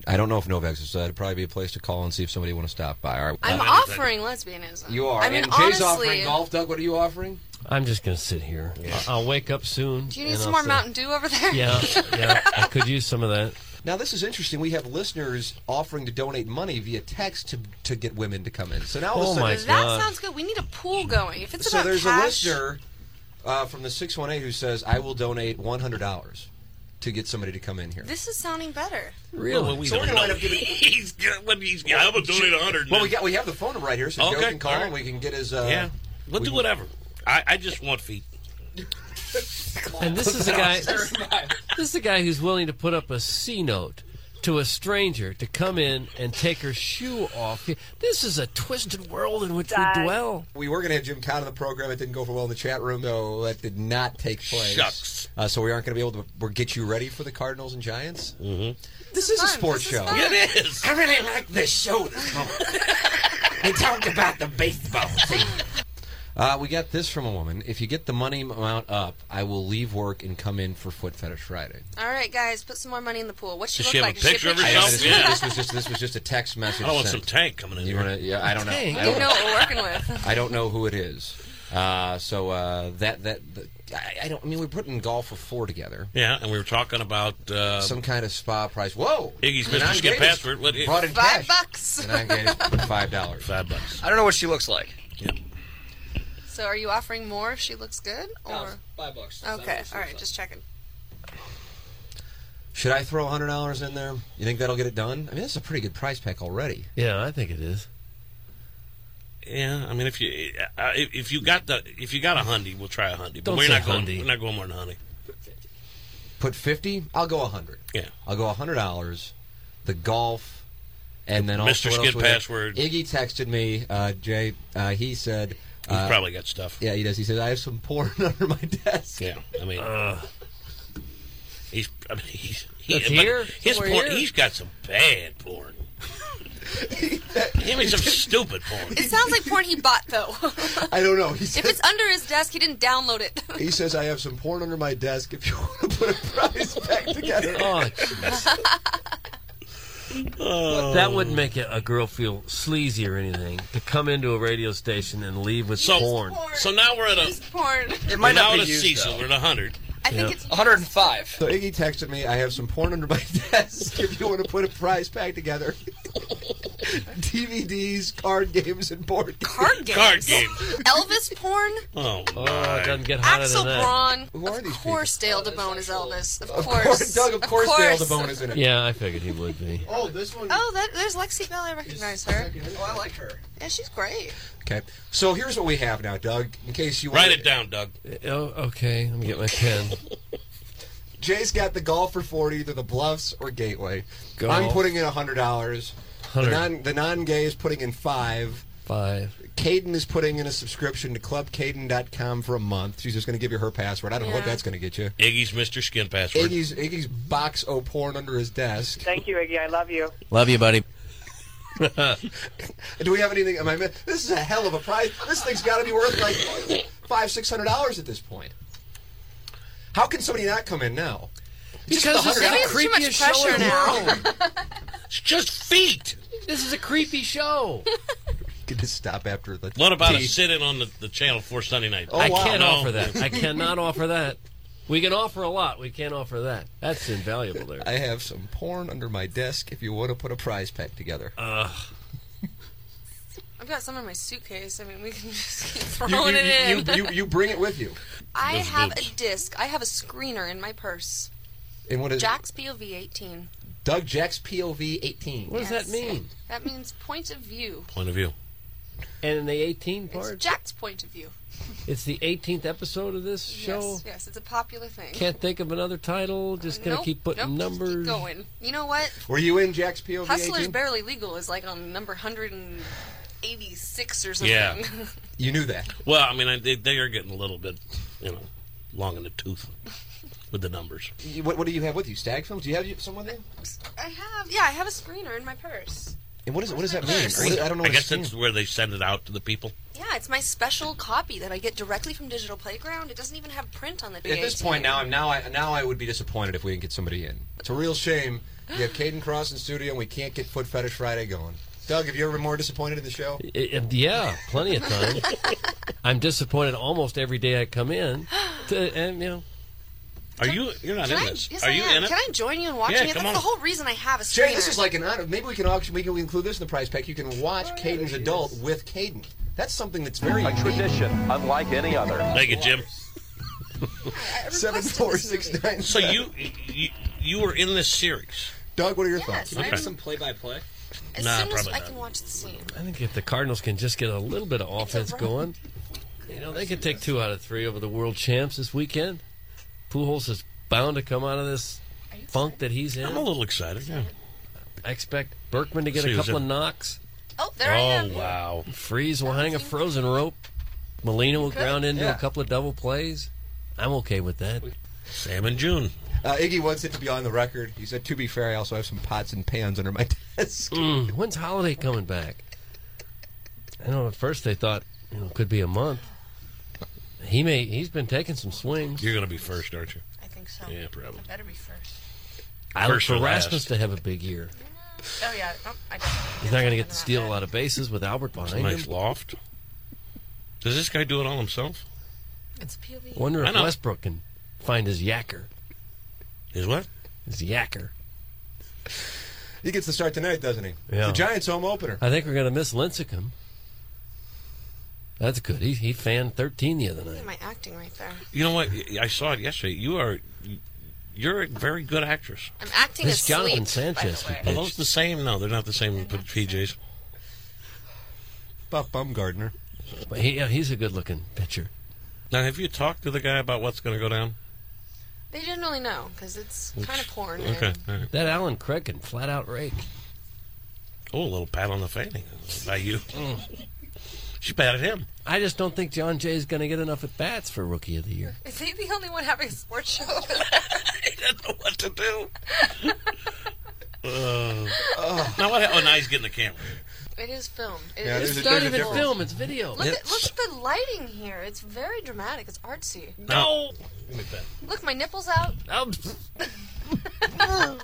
[SPEAKER 7] I don't know if Novak's is. Uh, it'd probably be a place to call and see if somebody want to stop by. All right.
[SPEAKER 8] I'm
[SPEAKER 7] Uh,
[SPEAKER 8] offering lesbianism.
[SPEAKER 7] You are.
[SPEAKER 8] I mean,
[SPEAKER 7] and Jay's
[SPEAKER 8] honestly, uh,
[SPEAKER 7] offering golf. Doug, what are you offering?
[SPEAKER 4] I'm just going to sit here. I- I'll wake up soon.
[SPEAKER 8] Do you need
[SPEAKER 4] and
[SPEAKER 8] some
[SPEAKER 4] I'll
[SPEAKER 8] more
[SPEAKER 4] sit-
[SPEAKER 8] Mountain Dew over there? [laughs]
[SPEAKER 4] Yeah, yeah. I could use some of that.
[SPEAKER 7] Now this is interesting. We have listeners offering to donate money via text to to get women to come in. So now all
[SPEAKER 4] Oh,
[SPEAKER 7] of a
[SPEAKER 4] my
[SPEAKER 7] sudden,
[SPEAKER 8] that sounds good. We need a pool going. If it's
[SPEAKER 7] so
[SPEAKER 8] about
[SPEAKER 7] there's
[SPEAKER 8] cash,
[SPEAKER 7] a listener uh, from the six one eight who says, "I will donate one hundred dollars to get somebody to come in here."
[SPEAKER 8] this is sounding better.
[SPEAKER 7] Really? Well, we
[SPEAKER 2] So
[SPEAKER 7] don't
[SPEAKER 2] we're gonna
[SPEAKER 7] know.
[SPEAKER 2] end up
[SPEAKER 7] [laughs]
[SPEAKER 2] giving- he's [laughs] gonna- when he's yeah, I'm gonna donate a hundred.
[SPEAKER 7] Well, we got we have the phone number right here, so Joe
[SPEAKER 2] Okay,
[SPEAKER 7] can call
[SPEAKER 2] all right.
[SPEAKER 7] and we can get his. Uh,
[SPEAKER 2] yeah, we'll do whatever. I, I just want feet.
[SPEAKER 4] And this is a guy. This is a guy who's willing to put up a C note to a stranger to come in and take her shoe off. This is a twisted world in which we dwell.
[SPEAKER 7] We were going to have Jim Cott on the program. It didn't go for well in the chat room, though. That did not take place.
[SPEAKER 2] Shucks.
[SPEAKER 7] Uh, so we aren't going to be able to we'll get you ready for the Cardinals and Giants. Mm-hmm. This, is, a sports show.
[SPEAKER 2] It is.
[SPEAKER 7] I really like this show this [laughs] morning. they talked about the baseball team. Uh, we got this from a woman. If you get the money amount up, I will leave work and come in for Foot Fetish Friday.
[SPEAKER 8] All right, guys, put some more money in the pool. What she
[SPEAKER 2] Does
[SPEAKER 8] look
[SPEAKER 2] she have
[SPEAKER 8] like?
[SPEAKER 2] a
[SPEAKER 8] Does she
[SPEAKER 2] picture of
[SPEAKER 7] I
[SPEAKER 8] pictures?
[SPEAKER 7] know
[SPEAKER 2] herself?
[SPEAKER 7] this, was,
[SPEAKER 2] Yeah.
[SPEAKER 7] this was just this was just a text message.
[SPEAKER 2] I don't want
[SPEAKER 7] sent.
[SPEAKER 2] some tank coming in
[SPEAKER 7] You
[SPEAKER 2] here.
[SPEAKER 7] want to? Yeah, I don't know.
[SPEAKER 2] Tank?
[SPEAKER 7] I
[SPEAKER 8] You
[SPEAKER 7] don't
[SPEAKER 8] know what
[SPEAKER 7] [laughs]
[SPEAKER 8] we're working with.
[SPEAKER 7] I don't know who it is. Uh, so uh, that that the, I, I don't. I mean, we're putting golf for four together.
[SPEAKER 2] Yeah, and we were talking about uh,
[SPEAKER 7] Some kind of spa prize. Whoa!
[SPEAKER 2] Iggy's
[SPEAKER 7] And
[SPEAKER 2] Mr.
[SPEAKER 7] I
[SPEAKER 2] Skip
[SPEAKER 7] gave us-
[SPEAKER 2] Password. What-
[SPEAKER 7] brought in
[SPEAKER 8] Five
[SPEAKER 7] cash.
[SPEAKER 8] bucks.
[SPEAKER 7] And I gave us five dollars.
[SPEAKER 2] Five bucks.
[SPEAKER 9] I don't know what she looks like.
[SPEAKER 8] So, are you offering more if she looks good, or
[SPEAKER 9] No, it's five bucks. It's not
[SPEAKER 8] Okay,
[SPEAKER 9] really
[SPEAKER 8] all right, just checking.
[SPEAKER 7] Should I throw hundred dollars in there? You think that'll get it done? I mean, this is a pretty good prize pack already.
[SPEAKER 4] Yeah, I think it is.
[SPEAKER 2] Yeah, I mean, if you uh, if if you got the if you got a hundy, we'll try a hundy. But
[SPEAKER 4] Don't
[SPEAKER 2] we're
[SPEAKER 4] say
[SPEAKER 2] not going.
[SPEAKER 4] hundy.
[SPEAKER 2] We're not going more than hundy.
[SPEAKER 7] Put fifty. I'll go hundred.
[SPEAKER 2] Yeah.
[SPEAKER 7] I'll go hundred dollars. The golf, and then also
[SPEAKER 2] Mr.
[SPEAKER 7] what else
[SPEAKER 2] Skid
[SPEAKER 7] we got?
[SPEAKER 2] Password.
[SPEAKER 7] Iggy texted me. Uh, Jay. Uh, he said.
[SPEAKER 2] He's
[SPEAKER 7] uh,
[SPEAKER 2] probably got stuff.
[SPEAKER 7] Yeah, he does. He says I have some porn [laughs] under my desk.
[SPEAKER 2] Yeah, I mean, he's I mean he's he,
[SPEAKER 7] That's
[SPEAKER 2] but
[SPEAKER 7] here?
[SPEAKER 2] His
[SPEAKER 7] Somewhere
[SPEAKER 2] porn.
[SPEAKER 7] here?
[SPEAKER 2] He's got some bad porn. Him and some stupid porn.
[SPEAKER 8] It sounds like porn he bought, though.
[SPEAKER 7] I don't know. [laughs] He
[SPEAKER 8] if
[SPEAKER 7] says,
[SPEAKER 8] it's under his desk, he didn't
[SPEAKER 7] [laughs]
[SPEAKER 8] download it.
[SPEAKER 7] he says I have some porn under my desk. If you want to put a prize pack
[SPEAKER 8] [laughs]
[SPEAKER 7] together,
[SPEAKER 4] Oh,
[SPEAKER 7] [laughs]
[SPEAKER 4] That wouldn't make a a girl feel sleazy or anything to come into a radio station and leave with
[SPEAKER 2] So
[SPEAKER 4] porn.
[SPEAKER 2] so now we're at a
[SPEAKER 8] porn.
[SPEAKER 9] It might not
[SPEAKER 2] now
[SPEAKER 9] be
[SPEAKER 2] at a
[SPEAKER 9] used,
[SPEAKER 2] Cecil.
[SPEAKER 9] though.
[SPEAKER 2] We're at a hundred.
[SPEAKER 8] I think
[SPEAKER 4] Yeah.
[SPEAKER 8] it's
[SPEAKER 9] 105.
[SPEAKER 7] So Iggy texted me, I have some porn under my desk. [laughs] If you want to put a prize pack together, DVDs, card games, and board games. [laughs]
[SPEAKER 8] card games.
[SPEAKER 2] Card game.
[SPEAKER 8] Elvis
[SPEAKER 4] [laughs]
[SPEAKER 8] porn.
[SPEAKER 2] Oh,
[SPEAKER 4] Oh,
[SPEAKER 2] my.
[SPEAKER 4] it doesn't get hotter
[SPEAKER 8] Axel
[SPEAKER 4] than that.
[SPEAKER 8] Braun.
[SPEAKER 7] Who are
[SPEAKER 8] of
[SPEAKER 7] these
[SPEAKER 8] course, Dale DeBone is Elvis. Of,
[SPEAKER 7] Of
[SPEAKER 8] course.
[SPEAKER 7] course, [laughs] Doug, of course, Dale DeBone is in it.
[SPEAKER 4] Yeah, I figured he would be.
[SPEAKER 11] Oh, this one.
[SPEAKER 8] Oh, that, there's Lexi Bell. I recognize her.
[SPEAKER 11] Oh, I like her.
[SPEAKER 8] Yeah, she's great.
[SPEAKER 7] Okay, so here's what we have now, Doug. In case you Uh,
[SPEAKER 2] Write
[SPEAKER 7] wanted-
[SPEAKER 2] it down, Doug.
[SPEAKER 4] Oh, okay. Let me get my pen.
[SPEAKER 7] Jay's got the golf for forty, either the bluffs or gateway.
[SPEAKER 4] Golf.
[SPEAKER 7] I'm putting in hundred dollars. The
[SPEAKER 4] 100.
[SPEAKER 7] non the non gay is putting in five.
[SPEAKER 4] Five.
[SPEAKER 7] Caden is putting in a subscription to clubcaden.com for a month. She's just going to give you her password. I don't know what
[SPEAKER 12] Yeah.
[SPEAKER 7] that's going to get you.
[SPEAKER 2] Iggy's Mr. Skin Password.
[SPEAKER 7] Iggy's, Iggy's box o porn under his desk. [laughs]
[SPEAKER 12] Thank you, Iggy. I love you.
[SPEAKER 4] Love you, buddy.
[SPEAKER 7] Do we have anything? Am I? mi- This is a hell of a prize. This thing's got to be worth like five, six hundred dollars at this point. How can somebody not come in now? Just
[SPEAKER 4] Because
[SPEAKER 7] the
[SPEAKER 4] this is
[SPEAKER 7] $100.
[SPEAKER 4] the creepiest show in the [laughs] world.
[SPEAKER 2] It's just feet.
[SPEAKER 4] This is a creepy show.
[SPEAKER 7] Could just stop after the.
[SPEAKER 2] What about a
[SPEAKER 7] tea.
[SPEAKER 2] sit in on the, the channel for Sunday night?
[SPEAKER 7] Oh,
[SPEAKER 4] I
[SPEAKER 7] wow.
[SPEAKER 4] can't
[SPEAKER 2] No.
[SPEAKER 4] offer
[SPEAKER 2] [laughs]
[SPEAKER 4] that. I cannot offer that. We can offer a lot. We can't offer that. That's invaluable there.
[SPEAKER 7] I have some porn under my desk. If you want to put a prize pack together,
[SPEAKER 8] I've got some in my suitcase. I mean, we can [laughs] just keep throwing
[SPEAKER 7] you, you, you,
[SPEAKER 8] it in.
[SPEAKER 7] you, you, you bring it with you.
[SPEAKER 8] [laughs] I
[SPEAKER 2] Those
[SPEAKER 8] have
[SPEAKER 2] boobs.
[SPEAKER 8] a disc. I have a screener in my purse.
[SPEAKER 7] And what is
[SPEAKER 8] Jack's POV 18.
[SPEAKER 7] Doug Jack's POV eighteen?
[SPEAKER 4] What does that mean?
[SPEAKER 8] That means point of view.
[SPEAKER 2] Point of view.
[SPEAKER 4] And in the 18
[SPEAKER 8] It's
[SPEAKER 4] part,
[SPEAKER 8] Jack's point of view.
[SPEAKER 4] it's the 18th episode of this show.
[SPEAKER 8] Yes, yes, it's a popular thing.
[SPEAKER 4] Can't think of another title. Just gonna
[SPEAKER 8] Nope,
[SPEAKER 4] keep putting
[SPEAKER 8] nope, just keep
[SPEAKER 4] numbers.
[SPEAKER 8] going. You know what?
[SPEAKER 7] Were you in Jack's POV?
[SPEAKER 8] Hustlers
[SPEAKER 7] 18?
[SPEAKER 8] Barely Legal is like on number 186 or something.
[SPEAKER 2] Yeah. [laughs]
[SPEAKER 7] You knew that.
[SPEAKER 2] Well, I mean, I, they, they are getting a little bit, you know, long in the tooth with the numbers.
[SPEAKER 7] You- What, what do you have with you? Stag films? Do you have you- someone there?
[SPEAKER 8] [laughs] I have, yeah, I have a screener in my purse.
[SPEAKER 7] And what is what does that mean?
[SPEAKER 8] Yes.
[SPEAKER 7] What is- I don't know.
[SPEAKER 2] I
[SPEAKER 7] what
[SPEAKER 2] guess
[SPEAKER 7] it's-
[SPEAKER 2] that's where they send it out to the people.
[SPEAKER 8] Yeah, it's my special copy that I get directly from Digital Playground. It doesn't even have print on the
[SPEAKER 7] At this point now, I'm now I now I would be disappointed if we didn't get somebody in. It's a real shame. You have Caden Cross in studio, and we can't get Foot Fetish Friday going. Doug, have you ever been more disappointed in the show?
[SPEAKER 4] I- I- yeah, plenty of
[SPEAKER 8] [laughs]
[SPEAKER 4] time. I'm disappointed almost every day I come
[SPEAKER 8] [gasps]
[SPEAKER 4] in. To, and you know,
[SPEAKER 2] are you you're
[SPEAKER 8] Can I, yes, I am. Can I join you in watching
[SPEAKER 4] Yeah,
[SPEAKER 8] it?
[SPEAKER 4] come
[SPEAKER 8] That's
[SPEAKER 4] on.
[SPEAKER 8] the whole reason I have a screener.
[SPEAKER 7] Jerry, this is like an honor. Maybe we can auction. We can include this in the prize pack. You can watch Caden's adult with Caden. That's something that's very a tradition, unlike any other.
[SPEAKER 2] Thank you, Jim.
[SPEAKER 7] Seven four six nine.
[SPEAKER 2] So you, you you were in this series.
[SPEAKER 7] Doug, what are your
[SPEAKER 8] Yes,
[SPEAKER 2] thoughts?
[SPEAKER 8] I have
[SPEAKER 2] Okay.
[SPEAKER 8] some
[SPEAKER 11] play-by-play.
[SPEAKER 8] As
[SPEAKER 2] Nah,
[SPEAKER 8] soon as
[SPEAKER 2] probably
[SPEAKER 8] I
[SPEAKER 2] not.
[SPEAKER 8] can watch the scene.
[SPEAKER 4] I think if the Cardinals can just get a little bit of offense going, you know, they could take two out of three over the world champs this weekend. Pujols is bound to come out of this funk that he's in. I'm a
[SPEAKER 2] little excited. Yeah.
[SPEAKER 4] I expect Berkman to get
[SPEAKER 2] See
[SPEAKER 4] a
[SPEAKER 2] who's
[SPEAKER 4] couple of
[SPEAKER 2] in.
[SPEAKER 4] knocks.
[SPEAKER 8] Oh, there I
[SPEAKER 4] oh
[SPEAKER 8] am.
[SPEAKER 2] wow!
[SPEAKER 4] Freeze will hang a frozen rope. Molina will
[SPEAKER 8] Good.
[SPEAKER 4] ground into
[SPEAKER 8] Yeah.
[SPEAKER 4] a couple of double plays. I'm okay with that.
[SPEAKER 2] Sam and June.
[SPEAKER 7] Uh, Iggy wants it to be on the record. He said, "To be fair, I also have some pots and pans under my [laughs] desk."
[SPEAKER 4] Mm, when's Holiday coming back? I know at first they thought you know, it could be a month. He may. He's been taking some swings.
[SPEAKER 2] You're going to be first, aren't you?
[SPEAKER 8] I think so.
[SPEAKER 2] Yeah, probably.
[SPEAKER 8] I better be first.
[SPEAKER 4] I look
[SPEAKER 2] First
[SPEAKER 4] for
[SPEAKER 2] or last.
[SPEAKER 4] Rasmus to have a big year.
[SPEAKER 8] Oh, yeah. Oh, I definitely
[SPEAKER 4] He's not going to get to steal a lot of bases with Albert behind
[SPEAKER 2] nice
[SPEAKER 4] him.
[SPEAKER 2] loft. Does this guy do it all himself?
[SPEAKER 8] It's POV.
[SPEAKER 4] Wonder
[SPEAKER 2] I
[SPEAKER 4] if
[SPEAKER 2] know.
[SPEAKER 4] Westbrook can find his yacker.
[SPEAKER 2] His what?
[SPEAKER 4] His yacker.
[SPEAKER 7] He gets the start tonight, doesn't he?
[SPEAKER 4] Yeah.
[SPEAKER 7] The Giants' home opener.
[SPEAKER 4] I think we're going to miss Lincecum. That's good. He he fanned 13 the other night.
[SPEAKER 8] Look at my acting right there.
[SPEAKER 2] You know what? I saw it yesterday. You are you're a very good actress.
[SPEAKER 8] I'm acting
[SPEAKER 4] This
[SPEAKER 8] asleep.
[SPEAKER 4] Jonathan
[SPEAKER 8] by
[SPEAKER 4] Sanchez
[SPEAKER 8] the way.
[SPEAKER 2] Are those the same? No, they're not the same PJs.
[SPEAKER 7] Bob Bumgardner.
[SPEAKER 4] But he, yeah, he's a good looking pitcher.
[SPEAKER 2] Now, have you talked to the guy about what's going to go down?
[SPEAKER 8] They didn't really know because it's kind of porn.
[SPEAKER 2] Okay.
[SPEAKER 8] and-
[SPEAKER 2] all right.
[SPEAKER 4] That Alan Craig can flat out rake.
[SPEAKER 2] Oh, a little pat on the fanny by you.
[SPEAKER 4] Mm.
[SPEAKER 2] she patted him.
[SPEAKER 4] I just don't think John Jay is going to get enough at bats for Rookie of the Year.
[SPEAKER 8] Is he the only one having a sports show? over there?
[SPEAKER 2] I don't know what to do. Uh, Now what? hap- Oh, now he's getting the camera.
[SPEAKER 8] it is filmed. It
[SPEAKER 2] Yeah,
[SPEAKER 8] is-
[SPEAKER 2] there's
[SPEAKER 4] It's
[SPEAKER 2] a-
[SPEAKER 4] not
[SPEAKER 2] there's a
[SPEAKER 4] even
[SPEAKER 2] difference.
[SPEAKER 4] film; it's video.
[SPEAKER 8] Look at, look at the lighting here. It's very dramatic. It's artsy.
[SPEAKER 2] No. Give me that.
[SPEAKER 8] Look, my nipples
[SPEAKER 4] [laughs]
[SPEAKER 8] out.
[SPEAKER 4] Um,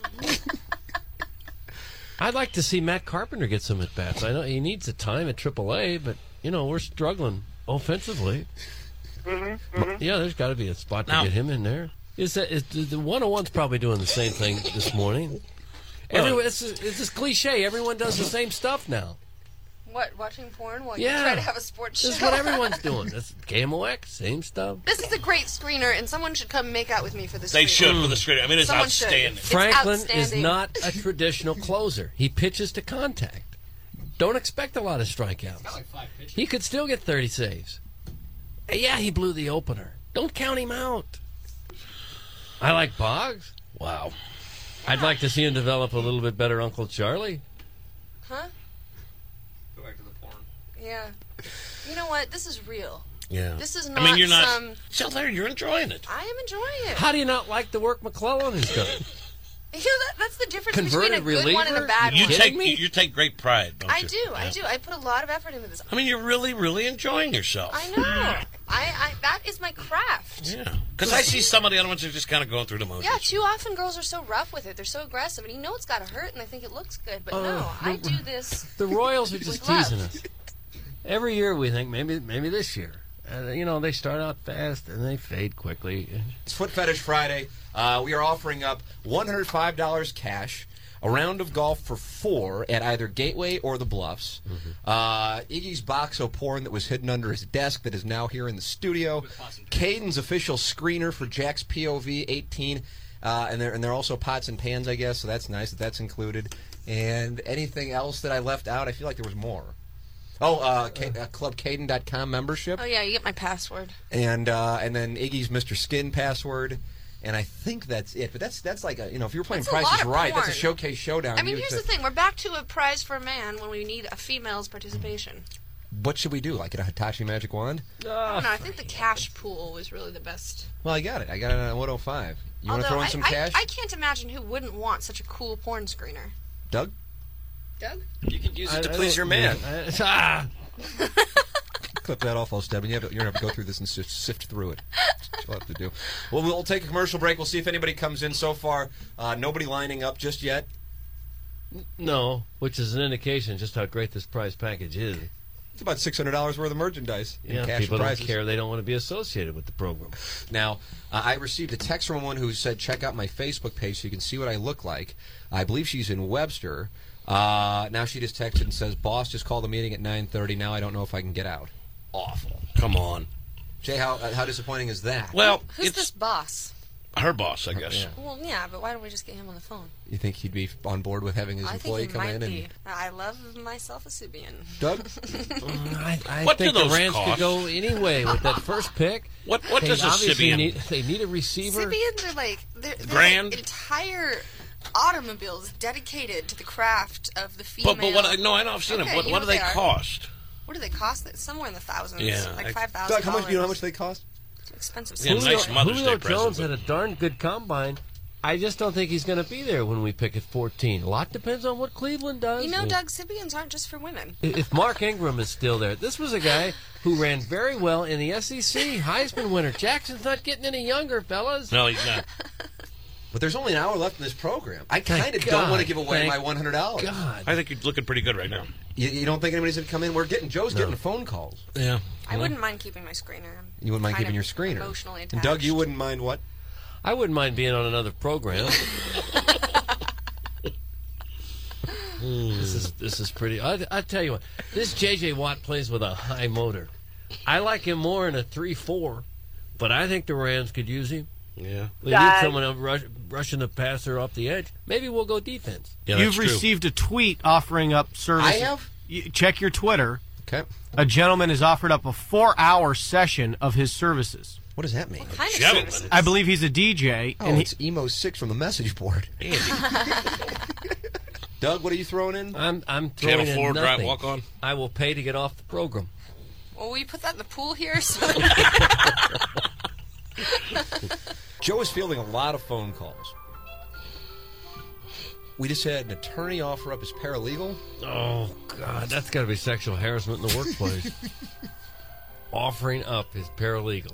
[SPEAKER 4] I'd like to see Matt Carpenter get some at bats. I know he needs the time at AAA, but you know we're struggling offensively. Yeah, there's got to be a spot to
[SPEAKER 2] Now-
[SPEAKER 4] get him in there. Is that is the 101's probably doing the same thing this morning? Everyone, it's, it's this cliche. Everyone does the same stuff now.
[SPEAKER 8] What? Watching porn while
[SPEAKER 4] Yeah.
[SPEAKER 8] you try to have a sports show.
[SPEAKER 4] This is what everyone's doing. That's KMOX, same stuff.
[SPEAKER 8] [laughs] This is a great screener, and someone should come make out with me for this.
[SPEAKER 2] They
[SPEAKER 8] screener.
[SPEAKER 2] should for the screen. I mean, it's
[SPEAKER 8] Someone should.
[SPEAKER 2] outstanding.
[SPEAKER 8] It's
[SPEAKER 4] Mm. Franklin is
[SPEAKER 8] outstanding.
[SPEAKER 4] not
[SPEAKER 8] [laughs]
[SPEAKER 4] a traditional closer. He pitches to contact. Don't expect a lot of strikeouts. He could still get 30 saves. Uh, Yeah, he blew the opener. Don't count him out. I like Boggs. Wow. I'd like to see him develop a little bit better Uncle Charlie.
[SPEAKER 8] Huh?
[SPEAKER 11] Go back to the porn.
[SPEAKER 8] Yeah. You know what? This is real.
[SPEAKER 2] Yeah.
[SPEAKER 8] This is
[SPEAKER 2] I mean,
[SPEAKER 8] not
[SPEAKER 2] you're not.
[SPEAKER 8] some-
[SPEAKER 2] Still there. You're enjoying it.
[SPEAKER 8] I am enjoying it.
[SPEAKER 4] How do
[SPEAKER 8] [laughs]
[SPEAKER 4] you not like the work McClellan has done?
[SPEAKER 8] You know, that, that's the difference
[SPEAKER 4] Converted
[SPEAKER 8] between a good one and a
[SPEAKER 4] reliever?
[SPEAKER 8] bad
[SPEAKER 2] You
[SPEAKER 8] one.
[SPEAKER 2] take you take great pride. Don't
[SPEAKER 8] I
[SPEAKER 2] you?
[SPEAKER 8] do. I
[SPEAKER 2] Yeah.
[SPEAKER 8] do. I put a lot of effort into this.
[SPEAKER 2] I mean, you're really, really enjoying
[SPEAKER 7] Oh.
[SPEAKER 2] yourself.
[SPEAKER 8] I know. I, I that is my craft.
[SPEAKER 2] Yeah. Because I see some of the other ones are just kind of going through the motions.
[SPEAKER 8] Yeah, too often girls are so rough with it. They're so aggressive, and you know it's got to hurt, and they think it looks good. But no,
[SPEAKER 4] Oh,
[SPEAKER 8] I
[SPEAKER 4] the-
[SPEAKER 8] do this.
[SPEAKER 4] [laughs] The Royals are just
[SPEAKER 8] With love.
[SPEAKER 4] teasing us. Every year we think maybe maybe this year. Uh, you know, they start out fast and they fade quickly.
[SPEAKER 7] It's Foot Fetish Friday. Uh, we are offering up $105 cash, a round of golf for four at either Gateway or the Bluffs. Uh, Iggy's box of porn that was hidden under his desk that is now here in the studio. Caden's official screener for Jack's POV 18. Uh, and there and there are also pots and pans, I guess. So that's nice that that's included. And anything else that I left out, I feel like there was more. Oh, uh, Ca uh, clubcaden.com membership.
[SPEAKER 8] [laughs] Oh yeah, you get my password.
[SPEAKER 7] and uh, and then Iggy's Mr. Skin password, and I think that's it. But that's that's like a you know if you're playing
[SPEAKER 8] That's a
[SPEAKER 7] Price
[SPEAKER 8] lot
[SPEAKER 7] is
[SPEAKER 8] of
[SPEAKER 7] Right, that's a
[SPEAKER 8] porn.
[SPEAKER 7] showcase showdown.
[SPEAKER 8] I mean,
[SPEAKER 7] You
[SPEAKER 8] here's
[SPEAKER 7] to-
[SPEAKER 8] the thing: we're back to a prize for a man when we need a female's participation.
[SPEAKER 7] What should we do? Like get a Hitachi magic wand?
[SPEAKER 8] I don't know. I think the cash pool is really the best.
[SPEAKER 7] Well, I got it. I got it on 105. You want
[SPEAKER 8] Although
[SPEAKER 7] to throw in
[SPEAKER 8] I,
[SPEAKER 7] some
[SPEAKER 8] I,
[SPEAKER 7] cash,
[SPEAKER 8] I can't imagine who wouldn't want such a cool porn screener.
[SPEAKER 7] Doug?
[SPEAKER 8] Doug?
[SPEAKER 9] You can use it
[SPEAKER 4] I-
[SPEAKER 9] to
[SPEAKER 4] I
[SPEAKER 9] please
[SPEAKER 4] don't-
[SPEAKER 9] your
[SPEAKER 7] [laughs]
[SPEAKER 9] man.
[SPEAKER 4] I- ah.
[SPEAKER 7] Clip that off, old Steb, and you have, you're gonna have to go through this and sift, sift through it. That's what you'll have to do. Well, we'll take a commercial break. We'll see if anybody comes in. So far, uh, nobody lining up just yet.
[SPEAKER 4] No, which is an indication just how great this prize package is.
[SPEAKER 7] It's about six hundred dollars worth of merchandise. in
[SPEAKER 4] Yeah,
[SPEAKER 7] cash
[SPEAKER 4] people
[SPEAKER 7] and
[SPEAKER 4] don't
[SPEAKER 7] prizes.
[SPEAKER 4] care. They don't want to be associated with the program.
[SPEAKER 7] Now, uh, I received a text from one who said, "Check out my Facebook page so you can see what I look like." I believe she's in Webster. Uh, now she just texted and says, "Boss just called the meeting at 9:30. Now I don't know if I can get out." Awful.
[SPEAKER 2] Come on.
[SPEAKER 7] Jay, how uh, how disappointing is that?
[SPEAKER 2] Well,
[SPEAKER 8] Who's this boss?
[SPEAKER 2] her boss, I guess.
[SPEAKER 8] Well, yeah, but why don't we just get him on the phone?
[SPEAKER 7] You think he'd be on board with having his
[SPEAKER 8] I think
[SPEAKER 7] employee
[SPEAKER 8] he
[SPEAKER 7] come
[SPEAKER 8] might
[SPEAKER 7] in
[SPEAKER 8] be.
[SPEAKER 2] [laughs]
[SPEAKER 7] and
[SPEAKER 8] I love myself a Sibian. [laughs]
[SPEAKER 7] Doug?
[SPEAKER 4] I, I
[SPEAKER 2] What do
[SPEAKER 4] think the
[SPEAKER 2] those
[SPEAKER 4] Rams
[SPEAKER 2] cost?
[SPEAKER 4] could go anyway with that first pick.
[SPEAKER 2] What- what
[SPEAKER 4] they
[SPEAKER 2] does a
[SPEAKER 4] obviously
[SPEAKER 2] Sibian-
[SPEAKER 4] need? They need a receiver.
[SPEAKER 8] Sibians are like they're, they're
[SPEAKER 2] Grand.
[SPEAKER 8] like entire automobiles dedicated to the craft of the female.
[SPEAKER 2] But but what? I No, I know I've seen
[SPEAKER 8] Okay,
[SPEAKER 2] them. What,
[SPEAKER 8] you
[SPEAKER 2] what
[SPEAKER 8] know
[SPEAKER 2] do they,
[SPEAKER 8] are.
[SPEAKER 2] cost?
[SPEAKER 8] What do they cost? It's Somewhere in the thousands.
[SPEAKER 2] Yeah, I-
[SPEAKER 8] like five thousand.
[SPEAKER 7] Doug? How much do you know how much they cost?
[SPEAKER 8] Expensive.
[SPEAKER 2] Yeah,
[SPEAKER 8] stuff.
[SPEAKER 2] nice Mother's
[SPEAKER 4] Julio
[SPEAKER 2] Day present,
[SPEAKER 4] Jones had a darn good combine. I just don't think he's going to be there when we pick at 14. A lot depends on what Cleveland does.
[SPEAKER 8] You know, Doug, Sibians aren't just for women.
[SPEAKER 4] I- If Mark Ingram is still there, this was a guy who ran very well in the SEC Heisman winner. Jackson's not getting any younger, fellas.
[SPEAKER 2] No, he's
[SPEAKER 8] [laughs]
[SPEAKER 2] not.
[SPEAKER 7] But there's only an hour left in this program. I
[SPEAKER 4] Thank
[SPEAKER 7] kind of don't
[SPEAKER 4] God.
[SPEAKER 7] want to give away
[SPEAKER 4] Thank
[SPEAKER 7] my one hundred dollars.
[SPEAKER 4] God.
[SPEAKER 2] I think you're looking pretty good right now.
[SPEAKER 7] You, you don't think anybody's going to come in? We're getting Joe's getting phone calls.
[SPEAKER 2] Yeah.
[SPEAKER 8] I wouldn't mind keeping my screener. I'm
[SPEAKER 7] You wouldn't mind
[SPEAKER 8] kind
[SPEAKER 7] keeping your
[SPEAKER 8] of
[SPEAKER 7] screener.
[SPEAKER 8] Emotionally
[SPEAKER 7] And
[SPEAKER 8] attached.
[SPEAKER 7] Doug, you wouldn't mind what?
[SPEAKER 4] I wouldn't mind being on another program.
[SPEAKER 8] [laughs]
[SPEAKER 4] Hmm. this is this is pretty. I, I tell you what, this J.J. Watt plays with a high motor. I like him more in a three-four, but I think the Rams could use him.
[SPEAKER 2] Yeah,
[SPEAKER 4] we
[SPEAKER 10] Guys.
[SPEAKER 4] need someone up rush, rushing the passer off the edge. Maybe we'll go defense.
[SPEAKER 10] You've received a tweet offering up services.
[SPEAKER 4] I have?
[SPEAKER 10] You- check your Twitter.
[SPEAKER 7] Okay.
[SPEAKER 10] A gentleman has offered up a four-hour session of his services.
[SPEAKER 7] What does that mean?
[SPEAKER 8] kind of
[SPEAKER 2] Gentlemen.
[SPEAKER 8] services?
[SPEAKER 10] I believe he's a DJ.
[SPEAKER 7] Oh,
[SPEAKER 10] and he-
[SPEAKER 7] it's emo six from the message board. Doug, what are you throwing in?
[SPEAKER 4] I'm I'm throwing
[SPEAKER 2] Channel
[SPEAKER 4] in
[SPEAKER 2] four, drive,
[SPEAKER 4] nothing.
[SPEAKER 2] walk on.
[SPEAKER 4] I will pay to get off the program.
[SPEAKER 8] Well, will you put that in the pool here?
[SPEAKER 2] [laughs]
[SPEAKER 8] So [laughs]
[SPEAKER 7] Joe is fielding a lot of phone calls. We just had an attorney offer up his paralegal. [laughs]
[SPEAKER 4] Oh God, that's got to be sexual harassment in the workplace. [laughs] Offering up his paralegal.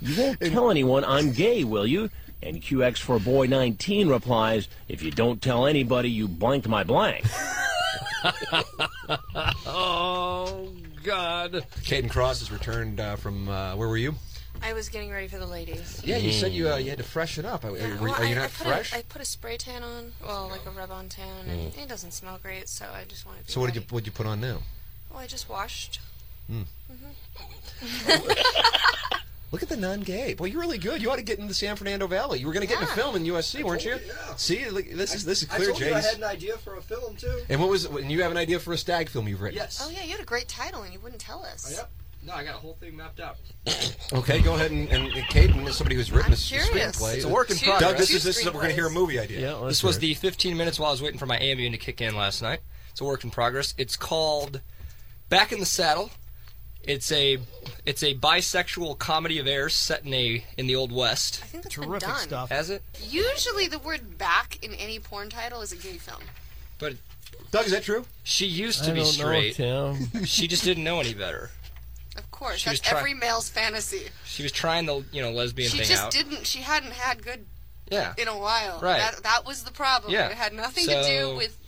[SPEAKER 12] You won't tell anyone I'm gay, will you? And QX for boy 19 replies, if you don't tell anybody, you blanked my
[SPEAKER 13] [laughs]
[SPEAKER 12] blank.
[SPEAKER 4] oh God!
[SPEAKER 7] Caden Cross has returned uh, from uh, where were you?
[SPEAKER 8] I was getting ready for the ladies.
[SPEAKER 7] Yeah, you said you uh, you had to freshen up. Are, are-
[SPEAKER 8] Yeah,
[SPEAKER 7] were-
[SPEAKER 8] well,
[SPEAKER 7] are you
[SPEAKER 8] I,
[SPEAKER 7] not
[SPEAKER 8] I put
[SPEAKER 7] fresh?
[SPEAKER 8] A, I put a spray tan on, well, like a rub-on tan, and it doesn't smell great, so I just wanted to.
[SPEAKER 7] Mm. so what did you what you put on now?
[SPEAKER 8] Well, I just washed. Mm-hmm.
[SPEAKER 7] Hmm.
[SPEAKER 11] [laughs]
[SPEAKER 7] Look at the non-gay. Boy, you're really good. You ought to get into the San Fernando Valley. You were going to get in a film in USC, weren't you? See, look, this is this is
[SPEAKER 11] I
[SPEAKER 7] clear,
[SPEAKER 11] told you I
[SPEAKER 7] James.
[SPEAKER 11] had an idea for a film too.
[SPEAKER 7] And what was it? And you have an idea for a stag film you've written?
[SPEAKER 11] Yes. Oh,
[SPEAKER 8] Oh yeah, you had a great title, and you wouldn't tell us.
[SPEAKER 11] Yep. No, I got a whole thing mapped out.
[SPEAKER 7] Okay, go ahead and, and Caden is somebody who's written
[SPEAKER 11] I'm
[SPEAKER 7] a s-
[SPEAKER 11] curious.
[SPEAKER 7] screenplay.
[SPEAKER 11] It's a work in
[SPEAKER 7] Doug,
[SPEAKER 11] progress.
[SPEAKER 7] this
[SPEAKER 11] Two
[SPEAKER 7] is this is we're going to hear a movie idea.
[SPEAKER 9] this was the 15 minutes while I was waiting for my Ambien to kick in last night. It's a work in progress. It's called Back in the Saddle. It's a it's a bisexual comedy of errors set in a in the old west. I
[SPEAKER 8] think that's been Terrific done. stuff.
[SPEAKER 9] Has
[SPEAKER 8] [laughs]
[SPEAKER 9] it?
[SPEAKER 8] Usually, the word "back" in any porn title is a gay film.
[SPEAKER 9] But
[SPEAKER 7] Doug, is that true?
[SPEAKER 9] She used
[SPEAKER 4] I
[SPEAKER 9] to be
[SPEAKER 4] don't know,
[SPEAKER 9] straight.
[SPEAKER 4] Tim.
[SPEAKER 9] she just didn't know any better.
[SPEAKER 8] Of course,
[SPEAKER 9] She was
[SPEAKER 8] that's
[SPEAKER 9] try-
[SPEAKER 8] every male's fantasy.
[SPEAKER 9] She was trying the you know lesbian
[SPEAKER 8] She
[SPEAKER 9] thing
[SPEAKER 8] just
[SPEAKER 9] out.
[SPEAKER 8] didn't. She hadn't had good
[SPEAKER 9] Yeah.
[SPEAKER 8] in a while.
[SPEAKER 9] Right.
[SPEAKER 8] That, that was the problem.
[SPEAKER 9] Yeah.
[SPEAKER 8] It had nothing to
[SPEAKER 9] So-
[SPEAKER 8] do with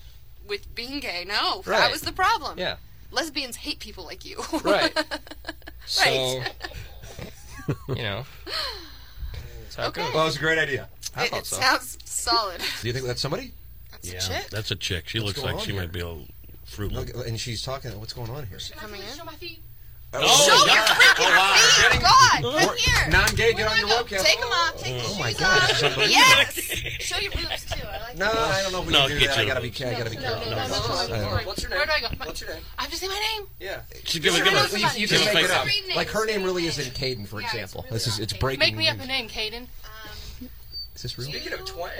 [SPEAKER 8] with being gay. No,
[SPEAKER 9] Right.
[SPEAKER 8] that was the problem.
[SPEAKER 9] Yeah.
[SPEAKER 8] Lesbians hate people like you. [laughs]
[SPEAKER 9] Right. So
[SPEAKER 8] right.
[SPEAKER 9] [laughs] you know. That's how it
[SPEAKER 8] Okay.
[SPEAKER 9] goes.
[SPEAKER 7] Well, it was a great idea.
[SPEAKER 9] I
[SPEAKER 8] it
[SPEAKER 9] thought
[SPEAKER 8] it
[SPEAKER 9] so.
[SPEAKER 8] sounds solid.
[SPEAKER 7] Do you think that's somebody?
[SPEAKER 8] That's a chick.
[SPEAKER 2] That's a chick. She
[SPEAKER 7] What's
[SPEAKER 2] looks
[SPEAKER 7] going
[SPEAKER 2] like
[SPEAKER 7] on
[SPEAKER 2] she
[SPEAKER 7] here?
[SPEAKER 2] might be a little fruit loop.
[SPEAKER 7] Look, and she's talking. What's going on here?
[SPEAKER 8] Coming in. Show my feet.
[SPEAKER 7] Oh,
[SPEAKER 8] Show your
[SPEAKER 7] God.
[SPEAKER 8] freaking
[SPEAKER 7] Oh, wow.
[SPEAKER 8] feet,
[SPEAKER 7] Getting-
[SPEAKER 8] God!
[SPEAKER 7] Or-
[SPEAKER 8] Come here.
[SPEAKER 7] Non-gay, get
[SPEAKER 8] We're
[SPEAKER 7] on your
[SPEAKER 8] gonna go
[SPEAKER 7] webcam.
[SPEAKER 8] Take them off. Take the
[SPEAKER 7] Oh
[SPEAKER 8] shoes
[SPEAKER 7] my God!
[SPEAKER 8] off. Yes. [laughs] Show your boobs too. I like
[SPEAKER 7] No,
[SPEAKER 8] that.
[SPEAKER 7] I don't know if we
[SPEAKER 2] No,
[SPEAKER 7] can do
[SPEAKER 2] get
[SPEAKER 7] that.
[SPEAKER 2] you.
[SPEAKER 7] I gotta be, I gotta be careful.
[SPEAKER 8] no, no, no,
[SPEAKER 7] I don't know.
[SPEAKER 8] What's your name? Where do I go? What's your name? I have to say my name.
[SPEAKER 7] Yeah.
[SPEAKER 2] She give her- give her-
[SPEAKER 7] you, you
[SPEAKER 2] give
[SPEAKER 7] can
[SPEAKER 2] her
[SPEAKER 7] make it
[SPEAKER 2] face
[SPEAKER 7] up.
[SPEAKER 2] up.
[SPEAKER 7] Like her name really isn't Caden, for example. this is it's breaking.
[SPEAKER 13] Make me up a
[SPEAKER 7] news.
[SPEAKER 13] name, Caden.
[SPEAKER 7] Is this real?
[SPEAKER 9] Speaking of twang,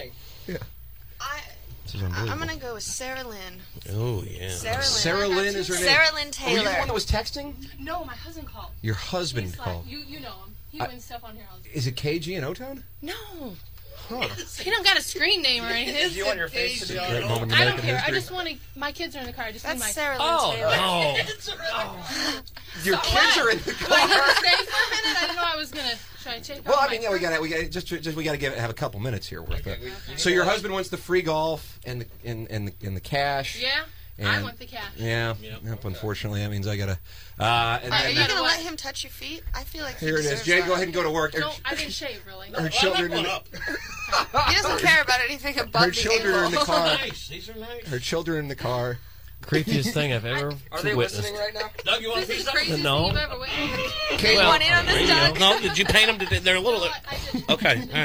[SPEAKER 7] This is
[SPEAKER 8] I'm
[SPEAKER 7] unbelievable.
[SPEAKER 8] gonna go with Sarah Lynn.
[SPEAKER 2] Oh yeah.
[SPEAKER 8] Sarah Lynn.
[SPEAKER 7] Sarah
[SPEAKER 8] I got
[SPEAKER 7] Lynn
[SPEAKER 8] two
[SPEAKER 7] is her name.
[SPEAKER 8] Sarah Lynn
[SPEAKER 7] Were you
[SPEAKER 8] Taylor.
[SPEAKER 7] the one that was texting?
[SPEAKER 13] No, my husband called.
[SPEAKER 7] Your husband
[SPEAKER 13] He's like-
[SPEAKER 7] called.
[SPEAKER 13] you, you know him. He
[SPEAKER 7] I-
[SPEAKER 13] wins stuff on here. all the
[SPEAKER 7] Is it KG in O Town?
[SPEAKER 13] No. [laughs]
[SPEAKER 7] Huh.
[SPEAKER 13] He don't got a screen name or anything.
[SPEAKER 8] You want your face to be on
[SPEAKER 7] Great it? moment in
[SPEAKER 13] I don't
[SPEAKER 7] American
[SPEAKER 13] care. I
[SPEAKER 7] history.
[SPEAKER 13] just want to. My kids are in the car. I just
[SPEAKER 8] That's
[SPEAKER 13] need my.
[SPEAKER 8] Sarah Lynn
[SPEAKER 13] oh
[SPEAKER 8] Taylor.
[SPEAKER 13] [laughs] no!
[SPEAKER 2] Oh.
[SPEAKER 8] [laughs]
[SPEAKER 7] Your kids are in the
[SPEAKER 13] My
[SPEAKER 7] car.
[SPEAKER 13] husband stayed for a minute. I didn't know I was gonna. Should I check?
[SPEAKER 7] Well,
[SPEAKER 13] out
[SPEAKER 7] I mean,
[SPEAKER 13] oh my-
[SPEAKER 7] yeah, we gotta, we gotta just, just we gotta give it, have a couple minutes here worth it. So your husband wants the free golf and the and and the, and the cash.
[SPEAKER 13] Yeah, I
[SPEAKER 7] And-
[SPEAKER 13] want the cash.
[SPEAKER 7] Yeah. Yep, unfortunately, that means I gotta. Uh, and
[SPEAKER 8] Are
[SPEAKER 7] then,
[SPEAKER 8] you gonna let him touch your feet? I feel like he
[SPEAKER 7] Here it is.
[SPEAKER 8] deserves
[SPEAKER 7] Jay,
[SPEAKER 8] that.
[SPEAKER 7] go ahead and go to work.
[SPEAKER 8] No,
[SPEAKER 7] Her-
[SPEAKER 8] I didn't shave really.
[SPEAKER 7] her children in [laughs] the,
[SPEAKER 8] He doesn't
[SPEAKER 7] [laughs]
[SPEAKER 8] care about anything above
[SPEAKER 7] her children
[SPEAKER 8] the
[SPEAKER 7] are in the
[SPEAKER 13] [laughs]
[SPEAKER 7] car.
[SPEAKER 2] These are nice.
[SPEAKER 7] Her children in the car.
[SPEAKER 4] Creepiest thing I've ever witnessed.
[SPEAKER 7] right now?
[SPEAKER 2] Doug, you want
[SPEAKER 13] This is
[SPEAKER 2] to
[SPEAKER 13] the craziest
[SPEAKER 4] No.
[SPEAKER 13] thing you've ever witnessed.
[SPEAKER 2] Kate,
[SPEAKER 13] want in on this, Doug?
[SPEAKER 2] No, did you paint them? Did they, are
[SPEAKER 13] [laughs]
[SPEAKER 2] a little. okay, all
[SPEAKER 13] I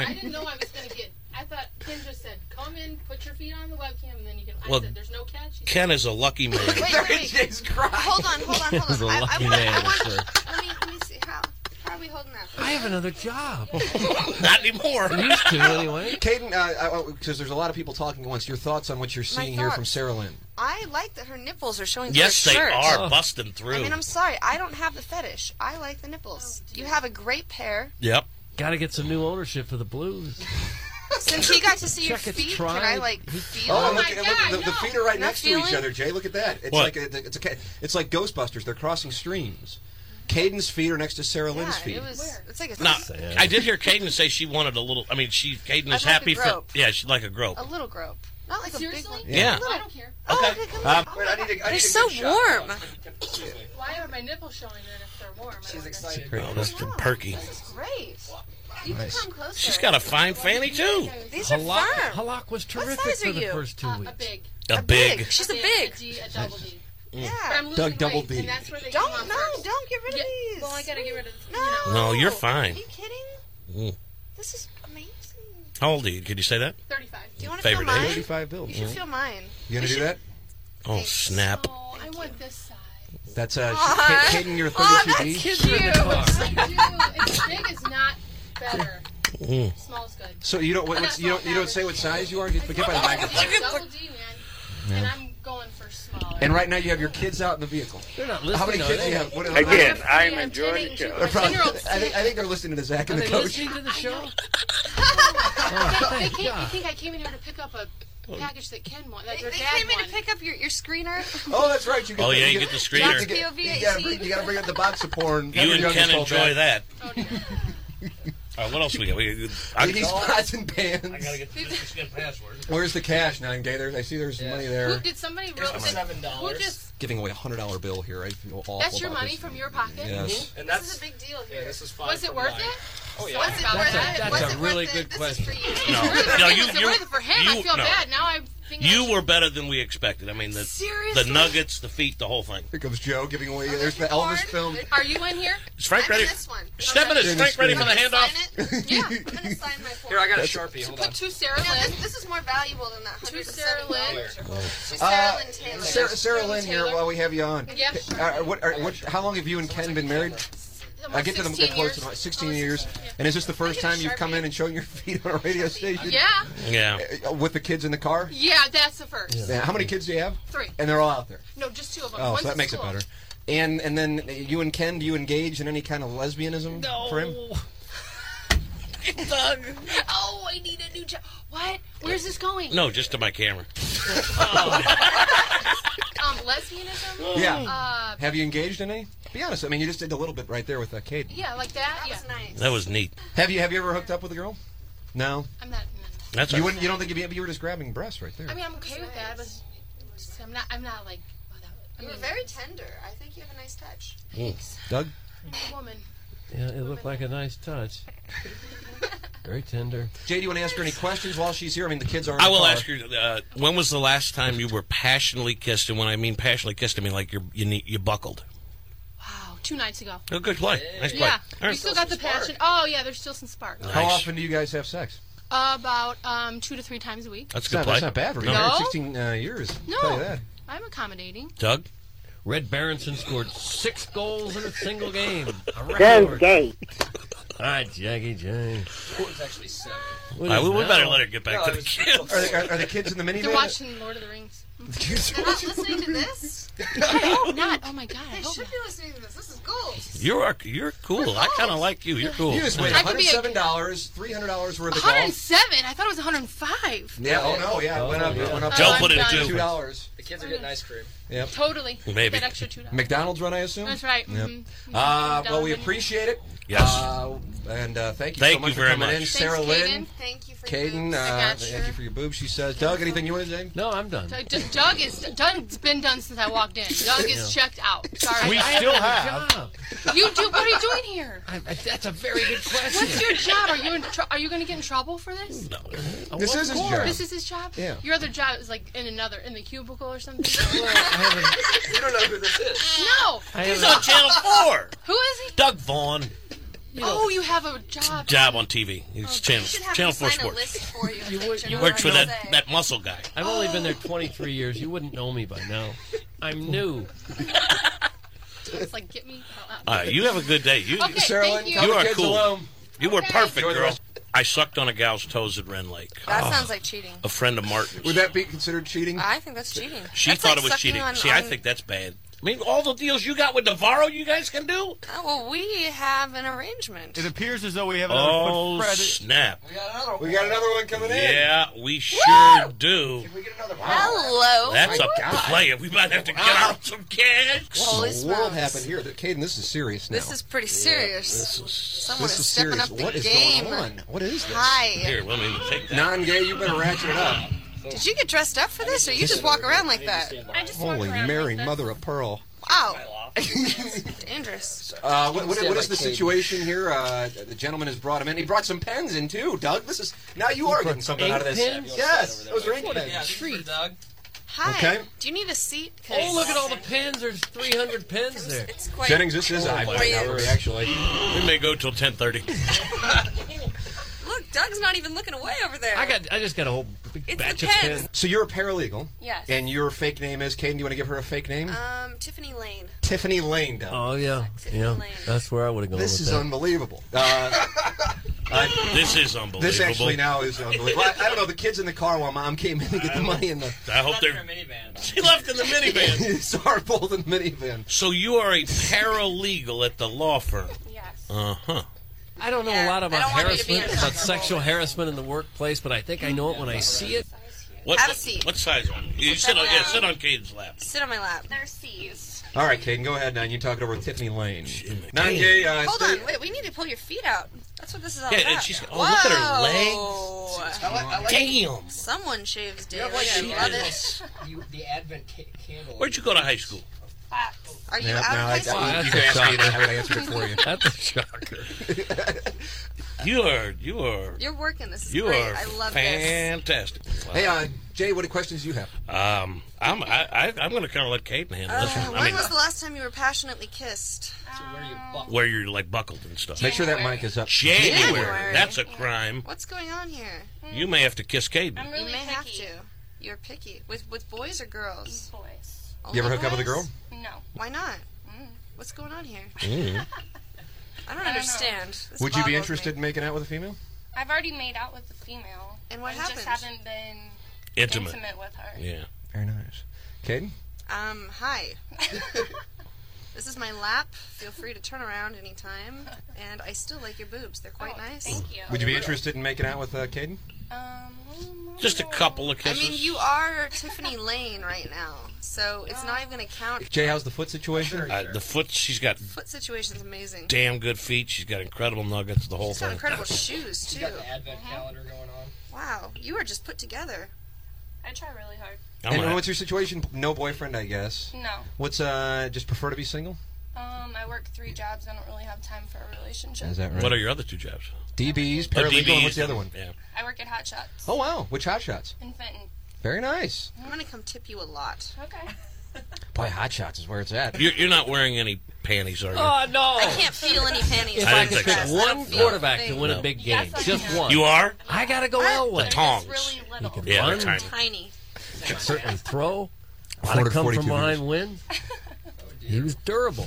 [SPEAKER 2] right.
[SPEAKER 13] didn't know I was gonna get. I thought Ken just said, "Come in, put your feet on the webcam, and then you can." I
[SPEAKER 2] Well,
[SPEAKER 13] said, "There's no catch." He
[SPEAKER 2] Ken is a lucky man.
[SPEAKER 8] Wait, wait, wait. Hold on, hold on, hold on. I, I, want, I want. Let me, let me see how. How are we holding that?
[SPEAKER 4] I have another job.
[SPEAKER 13] [laughs]
[SPEAKER 2] [laughs] Not anymore.
[SPEAKER 4] Used to anyway.
[SPEAKER 7] Caden, uh, because there's a lot of people talking at once. Your thoughts on what you're
[SPEAKER 8] My
[SPEAKER 7] seeing here from
[SPEAKER 8] thoughts.
[SPEAKER 7] Sarah Lynn? Oh.
[SPEAKER 8] I like that her nipples are showing. through
[SPEAKER 2] Yes,
[SPEAKER 8] her
[SPEAKER 2] they
[SPEAKER 8] shirt.
[SPEAKER 4] Oh.
[SPEAKER 2] are busting through.
[SPEAKER 8] I mean, I'm sorry. I don't have the fetish. I like the
[SPEAKER 13] Oh,
[SPEAKER 8] nipples. you have a great pair.
[SPEAKER 2] Yep.
[SPEAKER 4] Got to get some new ownership for the Blues.
[SPEAKER 8] Since he got to see your
[SPEAKER 4] Check its
[SPEAKER 8] feet,
[SPEAKER 4] tribe.
[SPEAKER 8] can I like feel?
[SPEAKER 7] Oh,
[SPEAKER 8] them?
[SPEAKER 7] look, look, the, the feet are right
[SPEAKER 8] No
[SPEAKER 7] next to each
[SPEAKER 8] feeling?
[SPEAKER 7] other, Jay. Look at that. It's
[SPEAKER 2] What?
[SPEAKER 7] like a, it's a, ca- it's like Ghostbusters. They're crossing streams. Caden's feet are next to Sarah Lynn's
[SPEAKER 8] Yeah,
[SPEAKER 7] feet.
[SPEAKER 8] it was. It's like a,
[SPEAKER 2] No, I did hear Caden say she wanted a little. I mean, she Caden
[SPEAKER 8] I'd
[SPEAKER 2] is
[SPEAKER 8] like a
[SPEAKER 2] happy for.
[SPEAKER 8] grope.
[SPEAKER 2] Yeah, she'd like a grope.
[SPEAKER 8] a little grope, not like a big
[SPEAKER 13] Seriously?
[SPEAKER 8] one.
[SPEAKER 2] Yeah.
[SPEAKER 8] A little.
[SPEAKER 13] I don't care.
[SPEAKER 8] Oh, okay. come on.
[SPEAKER 2] Um,
[SPEAKER 7] Wait, I need to- I
[SPEAKER 8] They're
[SPEAKER 7] need to
[SPEAKER 8] so
[SPEAKER 7] get a shot.
[SPEAKER 8] warm.
[SPEAKER 13] Why are my nipples showing then if they're warm? She's excited.
[SPEAKER 2] Oh, that's been perky.
[SPEAKER 8] Great. You can
[SPEAKER 2] Nice.
[SPEAKER 8] come closer.
[SPEAKER 2] She's got a fine fanny too.
[SPEAKER 8] These are
[SPEAKER 4] Halak,
[SPEAKER 8] firm.
[SPEAKER 4] Halak was terrific
[SPEAKER 8] size
[SPEAKER 4] for
[SPEAKER 8] are
[SPEAKER 4] the
[SPEAKER 8] you?
[SPEAKER 4] first two weeks.
[SPEAKER 13] A big.
[SPEAKER 2] A big.
[SPEAKER 8] She's a
[SPEAKER 13] big,
[SPEAKER 8] big.
[SPEAKER 13] A G, a double D. But
[SPEAKER 8] Yeah.
[SPEAKER 13] I'm
[SPEAKER 2] Doug
[SPEAKER 13] losing
[SPEAKER 2] Double
[SPEAKER 13] weight,
[SPEAKER 2] D.
[SPEAKER 13] And that's where they come
[SPEAKER 8] Don't
[SPEAKER 13] on
[SPEAKER 8] no.
[SPEAKER 13] first.
[SPEAKER 8] Don't get rid of
[SPEAKER 13] Yeah,
[SPEAKER 8] these.
[SPEAKER 13] Well, I gotta get rid of.
[SPEAKER 8] No.
[SPEAKER 2] No, you're fine.
[SPEAKER 8] Are you kidding?
[SPEAKER 2] Mm.
[SPEAKER 8] This is amazing.
[SPEAKER 2] How old are you? Could you say that?
[SPEAKER 13] Thirty-five.
[SPEAKER 8] Do you want to feel
[SPEAKER 2] Favorite
[SPEAKER 8] mine?
[SPEAKER 2] age?
[SPEAKER 7] bills.
[SPEAKER 8] You should feel mine.
[SPEAKER 7] Mm. You gonna do that?
[SPEAKER 2] Oh snap!
[SPEAKER 13] Oh, I want this size.
[SPEAKER 7] That's uh,
[SPEAKER 8] Aw.
[SPEAKER 7] Ca- Caden, your
[SPEAKER 8] Aw,
[SPEAKER 7] 32D.
[SPEAKER 8] that's
[SPEAKER 13] Dude,
[SPEAKER 8] cute.
[SPEAKER 13] it's big is not better.
[SPEAKER 2] Mm.
[SPEAKER 13] Small's good.
[SPEAKER 7] So you don't what, what's, you don't you don't say what size you are. Get, get by the
[SPEAKER 8] [laughs]
[SPEAKER 7] microphone.
[SPEAKER 13] Double D, man. And I'm going for [laughs] smaller.
[SPEAKER 7] And right now you have your kids out in the vehicle.
[SPEAKER 4] They're not
[SPEAKER 7] How many
[SPEAKER 4] listening,
[SPEAKER 7] kids do you
[SPEAKER 4] are they?
[SPEAKER 7] have? What, how many-
[SPEAKER 14] Again, I'm enjoying the show.
[SPEAKER 7] They're [laughs] probably-
[SPEAKER 13] Ten-year-olds.
[SPEAKER 7] I, think, I think they're listening to Zach
[SPEAKER 4] Are
[SPEAKER 7] and the
[SPEAKER 4] they
[SPEAKER 7] coach.
[SPEAKER 4] listening to
[SPEAKER 2] [laughs]
[SPEAKER 4] the show?
[SPEAKER 13] They, they,
[SPEAKER 4] Oh,
[SPEAKER 13] came, they think I came in here to pick up a package that Ken wanted. That
[SPEAKER 8] They,
[SPEAKER 13] your
[SPEAKER 8] they
[SPEAKER 13] dad
[SPEAKER 8] came in
[SPEAKER 13] wanted.
[SPEAKER 8] to pick up your, your screener.
[SPEAKER 7] Oh, that's right. You
[SPEAKER 2] Oh, yeah, you get the
[SPEAKER 7] You,
[SPEAKER 2] screener.
[SPEAKER 7] have to get-
[SPEAKER 8] That's POV
[SPEAKER 7] you gotta,
[SPEAKER 8] 18.
[SPEAKER 7] bring, you gotta bring up the box of porn.
[SPEAKER 2] You and Ken enjoy that.
[SPEAKER 13] Oh,
[SPEAKER 2] [laughs] All right, what else we got? We, I,
[SPEAKER 7] Ladies, pots, and pans.
[SPEAKER 2] get this password.
[SPEAKER 7] Where's the cash, Nine Gay? There's, I see there's money
[SPEAKER 13] Who,
[SPEAKER 7] there.
[SPEAKER 13] did somebody roll
[SPEAKER 7] Here's my
[SPEAKER 13] Who just?
[SPEAKER 7] Giving away a hundred dollar bill here. I feel awful.
[SPEAKER 13] That's your
[SPEAKER 7] about
[SPEAKER 13] money
[SPEAKER 7] this.
[SPEAKER 13] from your pocket.
[SPEAKER 7] Yes.
[SPEAKER 13] And that's this is a big deal here. this is fine was it worth it? Oh yeah. Was it
[SPEAKER 4] That's
[SPEAKER 13] worth
[SPEAKER 4] a-
[SPEAKER 13] it?
[SPEAKER 4] that's
[SPEAKER 13] was
[SPEAKER 4] a
[SPEAKER 13] it
[SPEAKER 4] really
[SPEAKER 13] worth
[SPEAKER 4] good
[SPEAKER 13] it? [laughs] This
[SPEAKER 4] question.
[SPEAKER 13] Is for you.
[SPEAKER 2] No.
[SPEAKER 13] Was it worth
[SPEAKER 2] No,
[SPEAKER 13] it?
[SPEAKER 2] you-
[SPEAKER 13] was it
[SPEAKER 2] you-
[SPEAKER 13] worth it for him? I
[SPEAKER 2] you-
[SPEAKER 13] feel
[SPEAKER 2] no.
[SPEAKER 13] bad. Now I'm thinking. I
[SPEAKER 2] You
[SPEAKER 13] should-
[SPEAKER 2] were better than we expected. I mean, the
[SPEAKER 13] Seriously?
[SPEAKER 2] the nuggets, the feet, the whole thing.
[SPEAKER 7] Here comes Joe giving away. There's the Elvis film.
[SPEAKER 13] Are you in here?
[SPEAKER 2] Is Frank
[SPEAKER 8] I'm in
[SPEAKER 2] ready?
[SPEAKER 8] this one.
[SPEAKER 2] Stefan, is
[SPEAKER 7] Doing
[SPEAKER 2] Frank
[SPEAKER 7] the
[SPEAKER 2] ready for the
[SPEAKER 8] Sign
[SPEAKER 2] handoff?
[SPEAKER 8] it. Yeah, I'm gonna sign
[SPEAKER 9] [laughs]
[SPEAKER 8] my form.
[SPEAKER 9] here I got
[SPEAKER 7] That's-
[SPEAKER 9] a sharpie. Hold on.
[SPEAKER 13] Put two Sarah
[SPEAKER 8] No,
[SPEAKER 13] Lynn.
[SPEAKER 8] this, this is more valuable than that.
[SPEAKER 13] Two
[SPEAKER 8] 170.
[SPEAKER 13] Sarah Lynn.
[SPEAKER 8] She's Sarah
[SPEAKER 7] Uh,
[SPEAKER 8] Lynn Taylor.
[SPEAKER 7] Sarah, Sarah Lynn here while we have you on.
[SPEAKER 13] Yep.
[SPEAKER 7] Uh, what, are, what, how long have you and Ken been married? I
[SPEAKER 13] Almost
[SPEAKER 7] get to the, the
[SPEAKER 13] 16
[SPEAKER 7] close
[SPEAKER 13] years.
[SPEAKER 7] to the- 16 years. And is this the first time you've come in and shown your [laughs] feet on a radio station?
[SPEAKER 13] Yeah.
[SPEAKER 2] Yeah.
[SPEAKER 7] Uh, With the kids in the car?
[SPEAKER 13] Yeah, that's the first.
[SPEAKER 7] Yeah. How many kids do you have?
[SPEAKER 13] Three.
[SPEAKER 7] And they're all out there.
[SPEAKER 13] No, just two of them.
[SPEAKER 7] Oh,
[SPEAKER 13] One's
[SPEAKER 7] so that
[SPEAKER 13] at
[SPEAKER 7] makes it
[SPEAKER 13] school.
[SPEAKER 7] better. And and then uh, you and Ken, do you engage in any kind of lesbianism
[SPEAKER 13] [laughs]
[SPEAKER 7] for him?
[SPEAKER 2] Doug.
[SPEAKER 13] Oh, I need a new job. What? Where's this going?
[SPEAKER 2] No, just to my camera.
[SPEAKER 13] Um, lesbianism?
[SPEAKER 7] Yeah.
[SPEAKER 13] Uh,
[SPEAKER 7] Have you engaged in any? Be honest. I mean, you just did a little bit right there with uh, Kate.
[SPEAKER 13] yeah, like that. yeah.
[SPEAKER 2] That was neat.
[SPEAKER 7] Have you have you ever hooked up with a girl? No.
[SPEAKER 13] I'm not.
[SPEAKER 2] That's
[SPEAKER 7] you
[SPEAKER 2] all right.
[SPEAKER 7] wouldn't. You don't think you'd be, you were just grabbing breasts right there.
[SPEAKER 13] I mean, I'm okay with that, but just- I'm not. I'm not like. well, that- I
[SPEAKER 8] You're
[SPEAKER 13] mean,
[SPEAKER 8] very tender. I think you have a nice touch.
[SPEAKER 7] Doug.
[SPEAKER 13] I'm a woman.
[SPEAKER 4] yeah, it looked like a nice touch. Very tender.
[SPEAKER 7] Jay, do you want to ask her any questions while she's here? I mean, the kids aren't.
[SPEAKER 2] I will ask you. Uh, when was the last time you were passionately kissed? And when I mean passionately kissed, I mean like you're, you ne- you buckled.
[SPEAKER 13] Wow, two nights ago.
[SPEAKER 2] Oh, good play. Nice play.
[SPEAKER 13] Yeah,
[SPEAKER 2] All
[SPEAKER 13] we
[SPEAKER 2] right.
[SPEAKER 13] still got the passion. Oh yeah, there's still some spark.
[SPEAKER 7] How
[SPEAKER 2] Nice.
[SPEAKER 7] often do you guys have sex?
[SPEAKER 13] About um, two to three times a week.
[SPEAKER 2] That's
[SPEAKER 7] good
[SPEAKER 2] play.
[SPEAKER 7] That's not bad for you.
[SPEAKER 13] No.
[SPEAKER 7] 16 uh, years.
[SPEAKER 13] Oh. No,
[SPEAKER 7] Tell you that.
[SPEAKER 13] I'm accommodating.
[SPEAKER 2] Doug?
[SPEAKER 4] Red Berenson scored six goals in a single game. A
[SPEAKER 13] Doug's
[SPEAKER 4] record.
[SPEAKER 13] gay.
[SPEAKER 4] All right, Jackie J.
[SPEAKER 9] It was actually seven.
[SPEAKER 4] What All right, is we- we now? better let her get back
[SPEAKER 7] No,
[SPEAKER 4] to
[SPEAKER 7] it
[SPEAKER 4] the
[SPEAKER 7] was-
[SPEAKER 2] kids.
[SPEAKER 7] Are, they, are, are the kids in the minivan?
[SPEAKER 13] They're watching Lord of the
[SPEAKER 7] [laughs]
[SPEAKER 13] Rings.
[SPEAKER 7] They're
[SPEAKER 8] not listening to this?
[SPEAKER 13] [laughs] I hope not. Oh my god. I
[SPEAKER 8] They
[SPEAKER 13] hope
[SPEAKER 8] should be listening to this. This is gold.
[SPEAKER 2] [laughs] You are you're cool. I kind of like you. You're cool.
[SPEAKER 7] You just wait
[SPEAKER 13] I could be a-
[SPEAKER 7] $107, $300 worth of golf.
[SPEAKER 13] 107. I thought it was 105.
[SPEAKER 7] Yeah, oh no, yeah, it went up. It went
[SPEAKER 8] Oh,
[SPEAKER 7] up.
[SPEAKER 2] Don't put it in
[SPEAKER 7] $2.
[SPEAKER 2] two.
[SPEAKER 7] two dollars.
[SPEAKER 9] The kids are getting ice cream.
[SPEAKER 7] Yep.
[SPEAKER 13] Totally.
[SPEAKER 7] Maybe.
[SPEAKER 13] That extra two dollars.
[SPEAKER 7] McDonald's run, I assume.
[SPEAKER 13] That's right.
[SPEAKER 7] Yep.
[SPEAKER 13] Mhm.
[SPEAKER 8] mm-hmm.
[SPEAKER 7] Uh, well, we
[SPEAKER 13] Dollar menu.
[SPEAKER 7] appreciate it.
[SPEAKER 2] Yes.
[SPEAKER 7] Uh, and uh, thank you
[SPEAKER 2] Thank
[SPEAKER 7] so much
[SPEAKER 2] you
[SPEAKER 7] for
[SPEAKER 2] very
[SPEAKER 7] coming
[SPEAKER 2] much.
[SPEAKER 7] in,
[SPEAKER 2] Thanks,
[SPEAKER 7] Sarah Lynn.
[SPEAKER 13] Caden, thank you for
[SPEAKER 7] Kaden,
[SPEAKER 13] I
[SPEAKER 7] uh,
[SPEAKER 13] got
[SPEAKER 7] thank you
[SPEAKER 13] you.
[SPEAKER 7] for your boobs. She says, Doug, anything you want to say?
[SPEAKER 4] No, I'm done.
[SPEAKER 13] Doug, just Doug is Doug's been done since I walked in. Doug is checked out. Sorry.
[SPEAKER 10] We
[SPEAKER 13] I have
[SPEAKER 10] still
[SPEAKER 13] another
[SPEAKER 10] have.
[SPEAKER 4] job.
[SPEAKER 13] job. You do. What are you doing here?
[SPEAKER 4] I, I- that's a very good question.
[SPEAKER 13] What's your job? Are you in tr- are you going to get in trouble for this? No.
[SPEAKER 4] Oh,
[SPEAKER 7] This
[SPEAKER 4] of
[SPEAKER 7] is his
[SPEAKER 4] course.
[SPEAKER 7] job.
[SPEAKER 13] This is his job.
[SPEAKER 7] Yeah.
[SPEAKER 13] Your other job is like in another in the cubicle or something.
[SPEAKER 9] You don't know who this is.
[SPEAKER 13] no.
[SPEAKER 9] I
[SPEAKER 2] He's on Channel Four.
[SPEAKER 13] Who is he?
[SPEAKER 2] Doug Vaughn.
[SPEAKER 13] oh, you have a job.
[SPEAKER 2] Job on TV. He's Channel Channel Four Sports.
[SPEAKER 13] for you.
[SPEAKER 2] Works for that that muscle guy.
[SPEAKER 4] I've only been there 23 years. You wouldn't know me by now. I'm new.
[SPEAKER 13] It's like get me the hell out.
[SPEAKER 2] All right, you have a good day. You,
[SPEAKER 13] Okay, Sarah thank Lynn, you.
[SPEAKER 2] you
[SPEAKER 13] tell the
[SPEAKER 2] are
[SPEAKER 13] kids
[SPEAKER 2] cool.
[SPEAKER 13] alone.
[SPEAKER 2] You were perfect,
[SPEAKER 7] Enjoy the
[SPEAKER 2] girl.
[SPEAKER 7] rest.
[SPEAKER 2] I sucked on a gal's toes at Wren Lake.
[SPEAKER 8] That
[SPEAKER 2] Oh,
[SPEAKER 8] sounds like cheating.
[SPEAKER 2] a friend of Martin's.
[SPEAKER 7] Would that be considered cheating?
[SPEAKER 8] I think that's cheating.
[SPEAKER 2] She
[SPEAKER 8] That's
[SPEAKER 2] thought
[SPEAKER 8] like
[SPEAKER 2] it was
[SPEAKER 8] sucking
[SPEAKER 2] cheating.
[SPEAKER 8] on-
[SPEAKER 2] See, I
[SPEAKER 8] on-
[SPEAKER 2] think that's bad. I mean, all the deals you got with Navarro, you guys can do.
[SPEAKER 8] Oh, well, we have an arrangement.
[SPEAKER 10] It appears as though we have another
[SPEAKER 2] Oh
[SPEAKER 10] foot Fred.
[SPEAKER 2] snap!
[SPEAKER 7] We got another one coming in.
[SPEAKER 2] Yeah, we sure do.
[SPEAKER 8] Hello.
[SPEAKER 2] That's
[SPEAKER 7] my
[SPEAKER 2] a
[SPEAKER 7] God.
[SPEAKER 2] player. We might have to get out some cash.
[SPEAKER 7] What in the
[SPEAKER 8] Holy
[SPEAKER 7] world
[SPEAKER 8] smokes.
[SPEAKER 7] happened here? Caden, this is serious now.
[SPEAKER 8] This is pretty serious. Someone
[SPEAKER 7] this
[SPEAKER 8] is
[SPEAKER 7] is
[SPEAKER 8] stepping
[SPEAKER 7] serious.
[SPEAKER 8] up the
[SPEAKER 7] What is
[SPEAKER 8] game.
[SPEAKER 7] going on? What is this?
[SPEAKER 8] Hi.
[SPEAKER 2] Here, let me take that.
[SPEAKER 7] Non-gay, you better ratchet it up.
[SPEAKER 8] Did you get dressed up for this, or you just walk around like that?
[SPEAKER 13] I just
[SPEAKER 7] Holy Mary, mother of pearl.
[SPEAKER 8] Wow. [laughs] dangerous.
[SPEAKER 7] Uh, what, what- what is the
[SPEAKER 9] Stand by Caden.
[SPEAKER 7] situation here? Uh, the gentleman has brought him in. He brought some pens in too, Doug. This is now you are getting something out of this. Yes, those are ink
[SPEAKER 9] Yeah,
[SPEAKER 7] pens.
[SPEAKER 9] treat, Doug.
[SPEAKER 8] Hi.
[SPEAKER 7] Okay.
[SPEAKER 8] Do you need a seat? 'Cause
[SPEAKER 4] Oh, look at all the pins. There's 300 pins there.
[SPEAKER 8] It's quite
[SPEAKER 7] Jennings, this is I
[SPEAKER 8] for you.
[SPEAKER 7] actually.
[SPEAKER 2] We may go till ten thirty.
[SPEAKER 8] Look, Doug's not even looking away over there.
[SPEAKER 4] I got. I just got a whole big
[SPEAKER 8] It's
[SPEAKER 4] batch
[SPEAKER 8] the
[SPEAKER 4] of
[SPEAKER 8] pens.
[SPEAKER 4] pins.
[SPEAKER 7] So you're a paralegal.
[SPEAKER 8] Yes.
[SPEAKER 7] And your fake name is Caden. Do you want to give her a fake name?
[SPEAKER 8] Um, Tiffany Lane.
[SPEAKER 7] Tiffany Lane. Doug.
[SPEAKER 4] Oh yeah, yeah. That's where I would have gone
[SPEAKER 7] this
[SPEAKER 4] with
[SPEAKER 7] is
[SPEAKER 4] that.
[SPEAKER 7] unbelievable.
[SPEAKER 2] [laughs]
[SPEAKER 7] Uh,
[SPEAKER 2] This is unbelievable.
[SPEAKER 7] this actually now is unbelievable. I, I don't know. The kids in the car while mom came in to get the money in the.
[SPEAKER 2] [laughs] I hope they're. She left in the
[SPEAKER 7] [laughs]
[SPEAKER 2] minivan.
[SPEAKER 7] it's our bolt in the minivan.
[SPEAKER 2] So you are a paralegal at the law firm.
[SPEAKER 8] Yes.
[SPEAKER 2] Uh huh.
[SPEAKER 4] I don't know a lot about
[SPEAKER 8] I don't want you to be
[SPEAKER 4] harassment, about
[SPEAKER 8] uncomfortable.
[SPEAKER 4] sexual harassment in the workplace, but I think I know it when I see it.
[SPEAKER 2] What,
[SPEAKER 8] Have a
[SPEAKER 2] what-
[SPEAKER 8] seat.
[SPEAKER 2] What size one? You sit on, yeah, sit on Caden's lap.
[SPEAKER 8] Sit on my lap.
[SPEAKER 7] All right, Caden, go ahead now. You talk it over with Tiffany Lane. Non-gay. Uh,
[SPEAKER 8] Hold
[SPEAKER 7] stay-
[SPEAKER 8] on. Wait, we need to pull your feet out. That's what this is all
[SPEAKER 2] Yeah,
[SPEAKER 8] about.
[SPEAKER 2] and she's oh, look at her legs.
[SPEAKER 8] legs.
[SPEAKER 2] Damn.
[SPEAKER 8] Someone shaves daily.
[SPEAKER 9] like
[SPEAKER 8] I
[SPEAKER 9] she
[SPEAKER 8] love it.
[SPEAKER 9] is. You, the Advent ca- candle.
[SPEAKER 2] Where'd you go to high school?
[SPEAKER 8] Are you
[SPEAKER 7] Yeah,
[SPEAKER 8] out
[SPEAKER 7] no, I-
[SPEAKER 8] of high school?
[SPEAKER 7] I-
[SPEAKER 4] That's
[SPEAKER 7] you
[SPEAKER 4] a
[SPEAKER 7] can ask me
[SPEAKER 4] shocker.
[SPEAKER 7] that. I would answer it [laughs] for you.
[SPEAKER 8] [laughs]
[SPEAKER 4] That's a shocker.
[SPEAKER 7] [laughs]
[SPEAKER 2] You are you are
[SPEAKER 8] You're working. This is
[SPEAKER 2] you
[SPEAKER 8] great.
[SPEAKER 2] are
[SPEAKER 8] I love this.
[SPEAKER 2] fantastic. Wow.
[SPEAKER 7] Hey, uh, Jay, what questions do you have?
[SPEAKER 2] Um, I'm I, I, I'm going to kind of let Caden handle this
[SPEAKER 8] Uh,
[SPEAKER 2] one.
[SPEAKER 8] when
[SPEAKER 2] I mean, Um,
[SPEAKER 8] was the last time you were passionately kissed?
[SPEAKER 2] where you're like buckled and stuff.
[SPEAKER 7] Make sure that mic is up.
[SPEAKER 2] January.
[SPEAKER 8] January.
[SPEAKER 2] That's a crime.
[SPEAKER 8] What's going on here?
[SPEAKER 2] You may have to kiss Caden.
[SPEAKER 8] you may have to. You're picky. With with boys or girls?
[SPEAKER 14] Boys.
[SPEAKER 7] You ever
[SPEAKER 8] Only
[SPEAKER 7] hook up with a girl?
[SPEAKER 8] boys?
[SPEAKER 14] No. Mm.
[SPEAKER 8] Why not? What's going
[SPEAKER 7] [laughs]
[SPEAKER 8] on here? [laughs]
[SPEAKER 2] Mm.
[SPEAKER 8] I don't
[SPEAKER 14] I don't know.
[SPEAKER 8] understand. This
[SPEAKER 7] Would you
[SPEAKER 8] boggles
[SPEAKER 7] be
[SPEAKER 8] me.
[SPEAKER 7] interested in making out with a female?
[SPEAKER 14] I've already made out with the female.
[SPEAKER 8] And what
[SPEAKER 14] I just
[SPEAKER 8] happened?
[SPEAKER 14] haven't been
[SPEAKER 2] Intimate.
[SPEAKER 14] with her.
[SPEAKER 2] Yeah.
[SPEAKER 7] Very nice. Caden?
[SPEAKER 8] Um,
[SPEAKER 14] [laughs]
[SPEAKER 8] hi. [laughs] this is my lap. Feel free to turn around anytime. And I still like your boobs. They're quite nice.
[SPEAKER 14] Oh, Thank you.
[SPEAKER 7] Would you be interested in making out with uh, Caden?
[SPEAKER 14] Um,
[SPEAKER 2] Just a couple of
[SPEAKER 8] I
[SPEAKER 2] kisses.
[SPEAKER 8] mean, you are Tiffany Lane right now, so it's
[SPEAKER 14] Uh,
[SPEAKER 8] not even going to count.
[SPEAKER 7] Jay, how's the foot situation?
[SPEAKER 2] uh, the foot. She's got
[SPEAKER 8] Foot situation's amazing.
[SPEAKER 2] damn good feet. She's got incredible nuggets. The whole
[SPEAKER 8] She's
[SPEAKER 2] thing.
[SPEAKER 8] got incredible shoes
[SPEAKER 9] You
[SPEAKER 8] too. Uh-huh.
[SPEAKER 9] got the Advent calendar going on.
[SPEAKER 8] Wow, you are just put together.
[SPEAKER 14] I try really hard.
[SPEAKER 2] I'm
[SPEAKER 7] and
[SPEAKER 2] a-
[SPEAKER 7] what's your situation? No boyfriend, I guess.
[SPEAKER 14] No.
[SPEAKER 7] What's uh, just prefer to be single?
[SPEAKER 14] Um, I work three jobs. I don't really have time for a relationship.
[SPEAKER 7] Is that right?
[SPEAKER 2] What are your other two jobs?
[SPEAKER 7] DBs,
[SPEAKER 2] Oh,
[SPEAKER 7] paralegal, and
[SPEAKER 2] DBs,
[SPEAKER 7] what's the other one?
[SPEAKER 2] Yeah.
[SPEAKER 14] I work at Hot Shots
[SPEAKER 7] Oh wow, which hot shots?
[SPEAKER 14] in Fenton.
[SPEAKER 7] Very nice.
[SPEAKER 8] I'm going to come tip you a lot.
[SPEAKER 14] Okay.
[SPEAKER 9] Boy, Hot Shots is where it's at.
[SPEAKER 2] You're, you're not wearing any panties, are you?
[SPEAKER 4] Oh no!
[SPEAKER 9] I
[SPEAKER 14] can't feel any panties.
[SPEAKER 2] I
[SPEAKER 4] If
[SPEAKER 2] didn't
[SPEAKER 4] I, could
[SPEAKER 2] think so.
[SPEAKER 4] pick one quarterback to win a big game, just one.
[SPEAKER 2] You are?
[SPEAKER 4] I gotta go Elway.
[SPEAKER 2] The tongs.
[SPEAKER 4] He can
[SPEAKER 2] yeah,
[SPEAKER 4] run,
[SPEAKER 2] they're tiny.
[SPEAKER 4] can certainly throw. A lot
[SPEAKER 7] Forty-
[SPEAKER 4] of come
[SPEAKER 7] 42
[SPEAKER 4] from behind win. He was durable.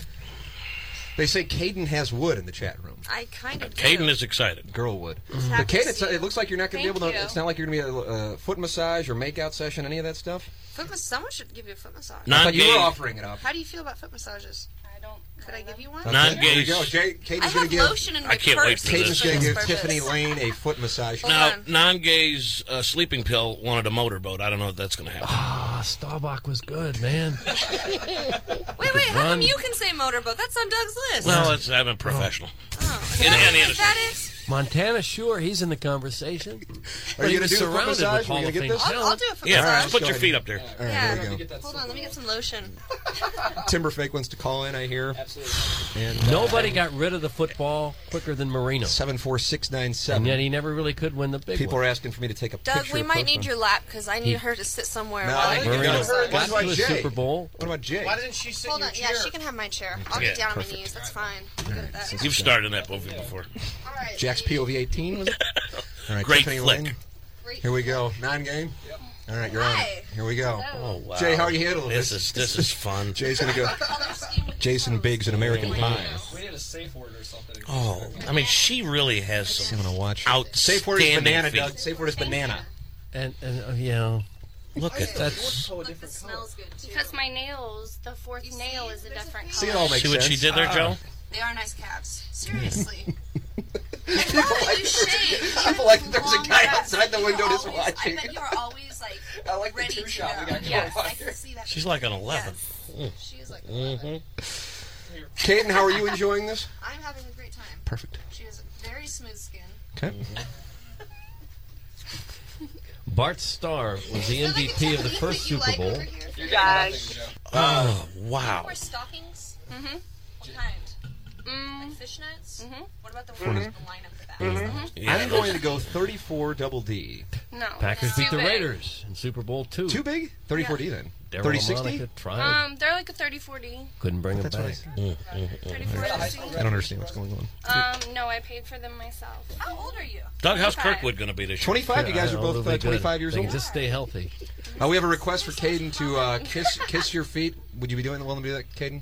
[SPEAKER 7] They say Caden has wood in the chat room.
[SPEAKER 14] I kind of.
[SPEAKER 2] Caden is excited.
[SPEAKER 7] Girl wood.
[SPEAKER 14] happy
[SPEAKER 7] But Caden, it's, it looks like you're not going to be
[SPEAKER 14] Thank
[SPEAKER 7] able to.
[SPEAKER 14] you.
[SPEAKER 7] It's not like you're going to be a uh, foot massage or makeout session, any of that stuff.
[SPEAKER 8] Foot mas- someone should give you a foot massage.
[SPEAKER 7] I thought you were offering it up.
[SPEAKER 8] How do you feel about foot massages? I don't. Could I give you one?
[SPEAKER 7] Okay, Here we go. Jay, Caden's going to give.
[SPEAKER 8] lotion in my I can't
[SPEAKER 2] wait purse for this.
[SPEAKER 7] Caden's going to give
[SPEAKER 2] purpose.
[SPEAKER 7] Tiffany Lane a foot massage.
[SPEAKER 2] Now, non-gays uh, sleeping pill wanted a motorboat. I don't know if that's going to happen.
[SPEAKER 4] Ah, Staubach was good, man.
[SPEAKER 14] [laughs] Wait, wait. How
[SPEAKER 2] Run.
[SPEAKER 14] come you can say motorboat? That's on Doug's list.
[SPEAKER 2] well, it's, I'm
[SPEAKER 4] Oh.
[SPEAKER 2] a professional. In
[SPEAKER 14] That's
[SPEAKER 2] any
[SPEAKER 14] what
[SPEAKER 2] industry.
[SPEAKER 14] that is.
[SPEAKER 4] Montana, sure, he's in the
[SPEAKER 7] Are
[SPEAKER 4] conversation.
[SPEAKER 7] you
[SPEAKER 4] But
[SPEAKER 7] going
[SPEAKER 4] he was
[SPEAKER 7] to do a foot
[SPEAKER 4] surrounded with
[SPEAKER 7] massage? Are
[SPEAKER 4] Hall
[SPEAKER 7] you going
[SPEAKER 4] of
[SPEAKER 7] to get
[SPEAKER 4] Fame
[SPEAKER 7] this?
[SPEAKER 4] talent.
[SPEAKER 14] I'll do a foot
[SPEAKER 2] Yeah,
[SPEAKER 7] Alright,
[SPEAKER 14] massage.
[SPEAKER 7] let's
[SPEAKER 2] put
[SPEAKER 7] go
[SPEAKER 2] your
[SPEAKER 7] ahead.
[SPEAKER 2] feet up there.
[SPEAKER 7] All right,
[SPEAKER 14] yeah.
[SPEAKER 7] there we go.
[SPEAKER 14] Hold on. Let me get some lotion. [laughs]
[SPEAKER 7] Timberfake wants to call in, I hear. Absolutely. And, uh,
[SPEAKER 4] Nobody got rid of the football quicker than Marino.
[SPEAKER 7] Seven four six nine seven.
[SPEAKER 4] And yet he never really could win the big
[SPEAKER 7] People
[SPEAKER 4] one.
[SPEAKER 7] are asking for me to take a
[SPEAKER 14] Doug,
[SPEAKER 7] picture.
[SPEAKER 14] we
[SPEAKER 7] of
[SPEAKER 14] might
[SPEAKER 7] both
[SPEAKER 14] need
[SPEAKER 7] of
[SPEAKER 14] your lap because I need
[SPEAKER 7] He-
[SPEAKER 14] her to sit somewhere.
[SPEAKER 7] No,
[SPEAKER 14] while
[SPEAKER 7] I
[SPEAKER 14] I
[SPEAKER 7] think you
[SPEAKER 14] go
[SPEAKER 7] got her.
[SPEAKER 14] outside.
[SPEAKER 7] What about
[SPEAKER 4] to a
[SPEAKER 7] Jay?
[SPEAKER 4] Super Bowl.
[SPEAKER 7] What about Jay?
[SPEAKER 8] Why didn't she sit
[SPEAKER 14] Hold on. Yeah, she can have my chair. I'll
[SPEAKER 2] Yeah.
[SPEAKER 14] get down on my
[SPEAKER 2] Perfect.
[SPEAKER 14] knees. That's fine. I'll
[SPEAKER 7] All
[SPEAKER 14] get
[SPEAKER 7] right,
[SPEAKER 14] that.
[SPEAKER 7] so-
[SPEAKER 2] You've starred in that movie before.
[SPEAKER 7] them. Jack's POV eighteen was it? All right,
[SPEAKER 2] Great
[SPEAKER 7] Tiffany
[SPEAKER 2] flick.
[SPEAKER 7] Lane. Here we go. Nine game. All right, you're on
[SPEAKER 14] Hi.
[SPEAKER 7] it. Here we go.
[SPEAKER 2] Oh wow!
[SPEAKER 7] Jay, how are you handling
[SPEAKER 2] this?
[SPEAKER 7] this?
[SPEAKER 2] Is this is fun?
[SPEAKER 7] Jay's gonna go. Jason Biggs and American Pie.
[SPEAKER 9] We need a safe word or something.
[SPEAKER 2] Oh, I mean, she really has some.
[SPEAKER 7] I'm gonna watch.
[SPEAKER 2] Outstanding
[SPEAKER 7] Safe word is banana,
[SPEAKER 2] feet.
[SPEAKER 7] Doug. Safe word is banana.
[SPEAKER 4] And, and uh, you know, look at that.
[SPEAKER 13] Because my nails, the fourth nail is a different color.
[SPEAKER 7] See it all makes
[SPEAKER 2] See what
[SPEAKER 7] sense. Uh-huh.
[SPEAKER 2] she did there, Joe?
[SPEAKER 8] They are nice calves.
[SPEAKER 2] [laughs]
[SPEAKER 8] Seriously.
[SPEAKER 7] people like
[SPEAKER 8] you
[SPEAKER 7] there's
[SPEAKER 8] shave.
[SPEAKER 7] a-
[SPEAKER 8] You
[SPEAKER 7] I
[SPEAKER 8] have
[SPEAKER 7] feel like there's a
[SPEAKER 8] long
[SPEAKER 7] guy
[SPEAKER 8] breasts.
[SPEAKER 7] outside the
[SPEAKER 8] You're
[SPEAKER 7] window just
[SPEAKER 8] always-
[SPEAKER 7] watching.
[SPEAKER 8] I bet you are always like
[SPEAKER 7] [laughs] I like the
[SPEAKER 8] ready
[SPEAKER 7] two
[SPEAKER 8] to
[SPEAKER 7] shot we
[SPEAKER 8] go.
[SPEAKER 7] got going
[SPEAKER 8] yes,
[SPEAKER 7] on
[SPEAKER 8] I
[SPEAKER 7] here.
[SPEAKER 8] can see that.
[SPEAKER 2] She's like an eleven. Mm.
[SPEAKER 8] She is like
[SPEAKER 2] Mm-hmm.
[SPEAKER 7] Caden, how are you enjoying this?
[SPEAKER 8] I'm having a great time.
[SPEAKER 7] Perfect.
[SPEAKER 8] She has a very smooth skin.
[SPEAKER 7] Okay.
[SPEAKER 4] Bart Starr was the MVP of the first Super Bowl.
[SPEAKER 8] You
[SPEAKER 13] guys.
[SPEAKER 2] Oh wow!
[SPEAKER 8] stockings?
[SPEAKER 14] Mm-hmm.
[SPEAKER 8] What kind?
[SPEAKER 14] Mm.
[SPEAKER 8] Fishnets? Mm-hmm. What about the
[SPEAKER 7] Mhm.
[SPEAKER 8] ones with the lineup for that? Mm-hmm.
[SPEAKER 7] I'm going to go 34 double D.
[SPEAKER 13] No.
[SPEAKER 4] Packers
[SPEAKER 13] it's
[SPEAKER 4] beat
[SPEAKER 13] too
[SPEAKER 4] the
[SPEAKER 13] big.
[SPEAKER 4] Raiders in Super Bowl two.
[SPEAKER 7] Too big? 34 D then.
[SPEAKER 4] Daryl
[SPEAKER 7] 30
[SPEAKER 4] LaMonica
[SPEAKER 7] 60?
[SPEAKER 4] tried,
[SPEAKER 13] Um, they're like a 30-40.
[SPEAKER 4] couldn't bring him
[SPEAKER 7] That's what I
[SPEAKER 4] back.
[SPEAKER 7] said. I
[SPEAKER 13] Um,
[SPEAKER 7] don't understand what's going on.
[SPEAKER 13] no, I paid for them myself.
[SPEAKER 14] How old are you?
[SPEAKER 2] Doug, how's
[SPEAKER 13] Okay.
[SPEAKER 2] Kirkwood going to be this year?
[SPEAKER 7] 25. You guys are
[SPEAKER 4] Yeah,
[SPEAKER 7] both
[SPEAKER 4] they'll
[SPEAKER 7] uh,
[SPEAKER 4] be good.
[SPEAKER 7] 25 years
[SPEAKER 4] They can
[SPEAKER 7] old.
[SPEAKER 4] Just stay healthy.
[SPEAKER 7] Uh, we have a request for Caden to
[SPEAKER 8] [laughs]
[SPEAKER 7] uh, kiss kiss your feet. Would you be doing willing to do that, Caden?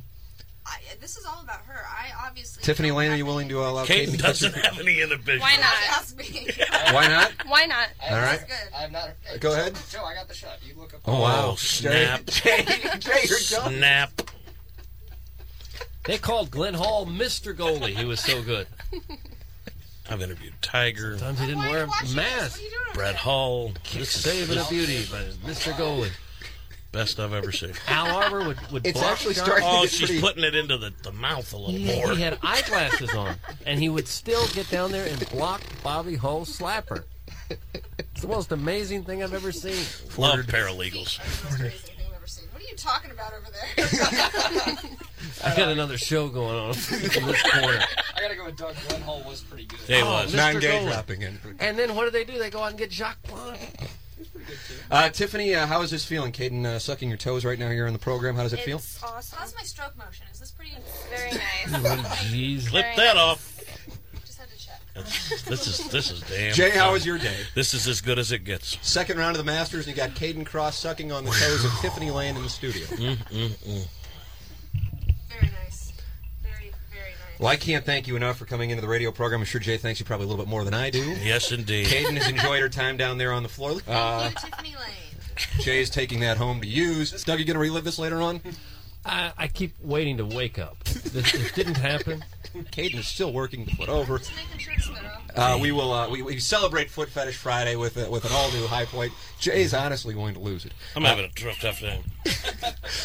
[SPEAKER 8] I, this is all about her. I obviously.
[SPEAKER 7] Tiffany
[SPEAKER 8] don't
[SPEAKER 7] Lane, are
[SPEAKER 8] have
[SPEAKER 7] you willing to uh, allow Caden to
[SPEAKER 2] Caden
[SPEAKER 7] kiss your
[SPEAKER 2] doesn't
[SPEAKER 7] feet?
[SPEAKER 2] have any inhibition.
[SPEAKER 13] Why not?
[SPEAKER 8] Trust me.
[SPEAKER 7] Why not?
[SPEAKER 13] Why not?
[SPEAKER 7] All right.
[SPEAKER 8] Good.
[SPEAKER 9] I have not. hey,
[SPEAKER 7] Go
[SPEAKER 9] Joe-
[SPEAKER 7] ahead.
[SPEAKER 9] Joe, I got the shot. You look up.
[SPEAKER 2] Oh,
[SPEAKER 7] wow.
[SPEAKER 2] snap!
[SPEAKER 7] [laughs] Jay, Jay, you're done.
[SPEAKER 2] snap!
[SPEAKER 4] They called Glenn Hall Mr. Goalie. He was so good.
[SPEAKER 2] I've interviewed Tiger,
[SPEAKER 4] Sometimes he didn't wear a mask.
[SPEAKER 2] Brett Hall. This is
[SPEAKER 4] Saving a beauty by Mr. Goalie.
[SPEAKER 2] best I've ever seen.
[SPEAKER 4] Al Arbor would, would
[SPEAKER 7] It's
[SPEAKER 4] bark
[SPEAKER 7] actually
[SPEAKER 4] down-
[SPEAKER 7] starting
[SPEAKER 2] Oh,
[SPEAKER 7] to get
[SPEAKER 2] she's
[SPEAKER 7] pretty.
[SPEAKER 2] putting it into the, the mouth a little
[SPEAKER 4] He,
[SPEAKER 2] more.
[SPEAKER 4] he had eyeglasses on, and he would still get down there and block Bobby Hull's slapper. It's the most amazing thing I've ever seen.
[SPEAKER 2] Love paralegals.
[SPEAKER 8] That's the most crazy thing I've ever seen. What are you talking about over there? [laughs]
[SPEAKER 4] I got another show going on in [laughs] this corner.
[SPEAKER 9] I gotta go with Doug. Glenn Hall was pretty good.
[SPEAKER 2] They
[SPEAKER 4] Oh,
[SPEAKER 2] was.
[SPEAKER 4] Mr.
[SPEAKER 7] Nine game
[SPEAKER 4] Golan.
[SPEAKER 7] wrapping in.
[SPEAKER 4] And then what do they do? They go out and get Jacques Blanc.
[SPEAKER 7] Uh, Tiffany, uh, how is this feeling? Caden uh, sucking your toes right now here on the program. How does it feel?
[SPEAKER 13] It's awesome.
[SPEAKER 8] How's my stroke motion? Is this pretty good?
[SPEAKER 13] Very
[SPEAKER 7] [laughs]
[SPEAKER 13] nice.
[SPEAKER 4] Jeez.
[SPEAKER 2] Clip
[SPEAKER 13] Very
[SPEAKER 2] that
[SPEAKER 13] nice.
[SPEAKER 2] off.
[SPEAKER 8] Just had to check.
[SPEAKER 2] This is this is damn.
[SPEAKER 7] Jay, how
[SPEAKER 2] fun.
[SPEAKER 7] was your day?
[SPEAKER 2] This is as good as it gets.
[SPEAKER 7] Second round of the Masters, and you got Caden Cross sucking on the toes of Tiffany Lane in the studio.
[SPEAKER 2] Mm-hmm.
[SPEAKER 8] Very nice. Very, very nice.
[SPEAKER 7] Well, I can't thank you enough for coming into the radio program. I'm sure Jay thanks you probably a little bit more than I do.
[SPEAKER 2] Yes, indeed.
[SPEAKER 7] Caden has enjoyed her time down there on the floor. Uh,
[SPEAKER 8] Thank you, Tiffany Lane.
[SPEAKER 7] Jay's taking that home to use. Doug, you going to relive this later on?
[SPEAKER 4] I, I keep waiting to wake up. This, it didn't happen.
[SPEAKER 7] Caden is still working the foot over.
[SPEAKER 8] Just making sure it's thorough.
[SPEAKER 7] Uh, we will. Uh, we, we celebrate Foot Fetish Friday with a, with an all new high point. Jay's honestly going to lose it.
[SPEAKER 2] I'm having a tough, tough time.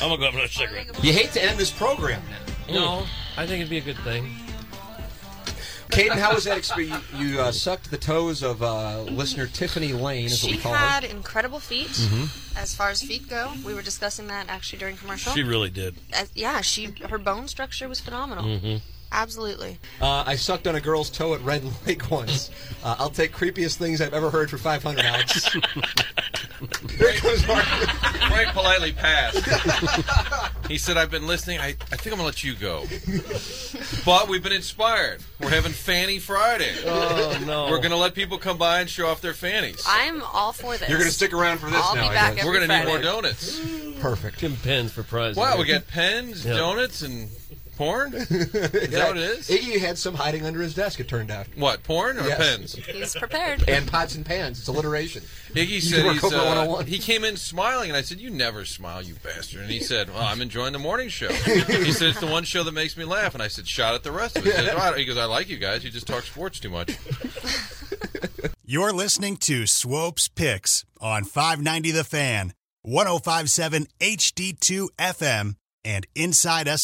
[SPEAKER 2] I'm gonna go have another cigarette.
[SPEAKER 7] You hate to end this program now.
[SPEAKER 4] No, I think it'd be a good thing.
[SPEAKER 7] Uh, Caden, how was that experience? You, you uh, sucked the toes of uh, listener Tiffany Lane, is what
[SPEAKER 8] She
[SPEAKER 7] we call
[SPEAKER 8] had
[SPEAKER 7] her. Mm-hmm.
[SPEAKER 8] incredible feet as far as feet go. We were discussing that actually during commercial.
[SPEAKER 2] She really did.
[SPEAKER 8] As- yeah, she her bone structure was phenomenal.
[SPEAKER 4] Mm-hmm.
[SPEAKER 7] Mm-hmm.
[SPEAKER 8] Absolutely.
[SPEAKER 7] Uh, I sucked on a girl's toe at Red Lake [laughs] once. Uh, I'll take creepiest things I've ever heard for 500, Alex. Here comes Mark.
[SPEAKER 15] Frank politely passed. He said, I've been listening. I, I think I'm going to let you go. But we've been inspired. We're having Fanny Friday.
[SPEAKER 4] Oh, no.
[SPEAKER 15] We're going to let people come by and show off their fannies.
[SPEAKER 8] I'm all for this.
[SPEAKER 15] You're gonna stick around for this
[SPEAKER 8] I'll
[SPEAKER 15] now,
[SPEAKER 8] be
[SPEAKER 15] I
[SPEAKER 8] back
[SPEAKER 15] guess.
[SPEAKER 8] every
[SPEAKER 15] We're gonna need
[SPEAKER 8] Friday.
[SPEAKER 15] more donuts.
[SPEAKER 7] Perfect.
[SPEAKER 4] Tim Pens for prize.
[SPEAKER 15] Wow, we got pens,
[SPEAKER 4] Yeah.
[SPEAKER 15] [laughs] donuts, and
[SPEAKER 7] [laughs]
[SPEAKER 15] porn? Is that what it is?
[SPEAKER 7] Iggy had some hiding under his desk. It turned out.
[SPEAKER 15] What, porn or
[SPEAKER 7] Yes.
[SPEAKER 15] pens?
[SPEAKER 8] He's prepared.
[SPEAKER 7] And pots and pans. It's alliteration.
[SPEAKER 15] Iggy
[SPEAKER 7] you
[SPEAKER 15] said
[SPEAKER 7] work
[SPEAKER 15] he's,
[SPEAKER 7] over
[SPEAKER 15] uh,
[SPEAKER 7] 101.
[SPEAKER 15] he came in smiling, and I said, "You never smile, you bastard."
[SPEAKER 7] [laughs]
[SPEAKER 15] And he said, "Well, I'm enjoying the morning show." he said, "It's the one show that makes me laugh." And I said, "Shot at the rest of it." He, said, "Well, I don't-" he goes, "I like you guys. You just talk sports too much."
[SPEAKER 16] You're listening to Swope's Picks on 590 The Fan, 1057 HD2 FM, and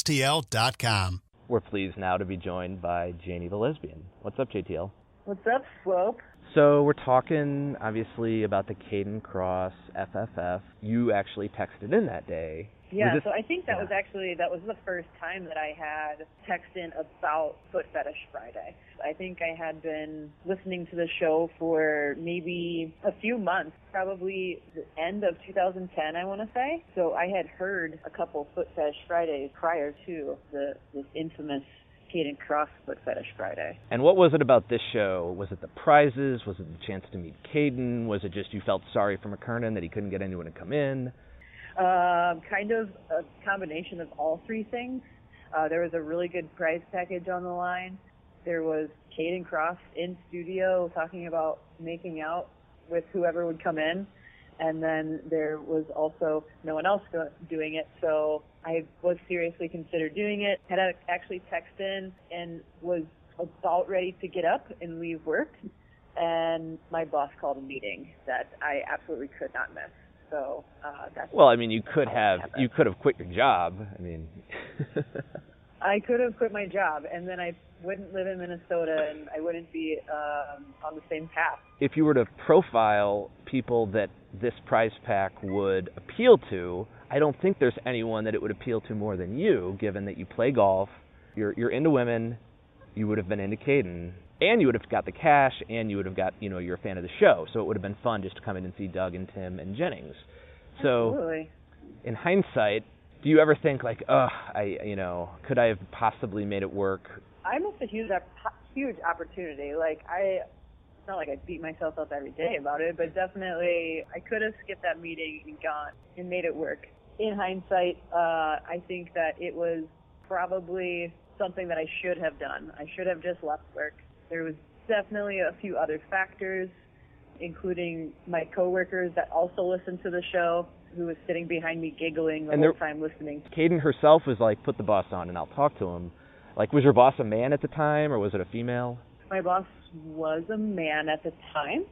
[SPEAKER 16] InsideSTL.com.
[SPEAKER 17] We're pleased now to be joined by Janie the Lesbian. What's up, JTL?
[SPEAKER 18] What's up, Swope?
[SPEAKER 17] So we're talking obviously about the Caden Cross FFF. You actually texted in that day.
[SPEAKER 19] Yeah,
[SPEAKER 17] Was it-
[SPEAKER 19] so I think that was actually that was the first time that I had text in about Foot Fetish Friday. I think I had been listening to the show for maybe a few months, probably the end of 2010, I want to say. So I had heard a couple Foot Fetish Fridays prior to the this infamous Caden Cross Foot Fetish Friday.
[SPEAKER 17] and what was it about this show? Was it the prizes? Was it the chance to meet Caden? Was it just you felt sorry for McKernan that he couldn't get anyone to come in?
[SPEAKER 19] Um, kind of a combination of all three things. Uh, there was a really good prize package on the line. There was Caden Cross in studio talking about making out with whoever would come in. And then there was also no one else go- doing it. So I was seriously considered doing it. Had a- actually texted in and was about ready to get up and leave work. And my boss called a meeting that I absolutely could not miss. So uh, that's
[SPEAKER 17] Well, I mean, you could have you could have quit your job. I mean, [laughs]
[SPEAKER 19] I could have quit my job, and then I wouldn't live in Minnesota, and I wouldn't be um, on the same path.
[SPEAKER 17] if you were to profile people that this prize pack would appeal to, I don't think there's anyone that it would appeal to more than you, given that you play golf, you're you're into women, you would have been into Caden, and you would have got the cash, and you would have got you know you're a fan of the show, so it would have been fun just to come in and see Doug and Tim and Jennings. So
[SPEAKER 19] Absolutely.
[SPEAKER 17] in hindsight, do you ever think like, ugh, I you know could I have possibly made it work?
[SPEAKER 19] I missed a huge, op- huge opportunity. Like I, it's not like I beat myself up every day about it, but definitely I could have skipped that meeting and gone and made it work. In hindsight, uh, I think that it was probably something that I should have done. I should have just left work. There was definitely a few other factors, including my coworkers that also listened to the show, who was sitting behind me giggling the
[SPEAKER 17] And
[SPEAKER 19] whole
[SPEAKER 17] there-
[SPEAKER 19] time listening.
[SPEAKER 17] Caden herself was like, put the boss on and I'll talk to him. Like, was your boss a man at the time or was it a female?
[SPEAKER 19] My boss was a man at the time,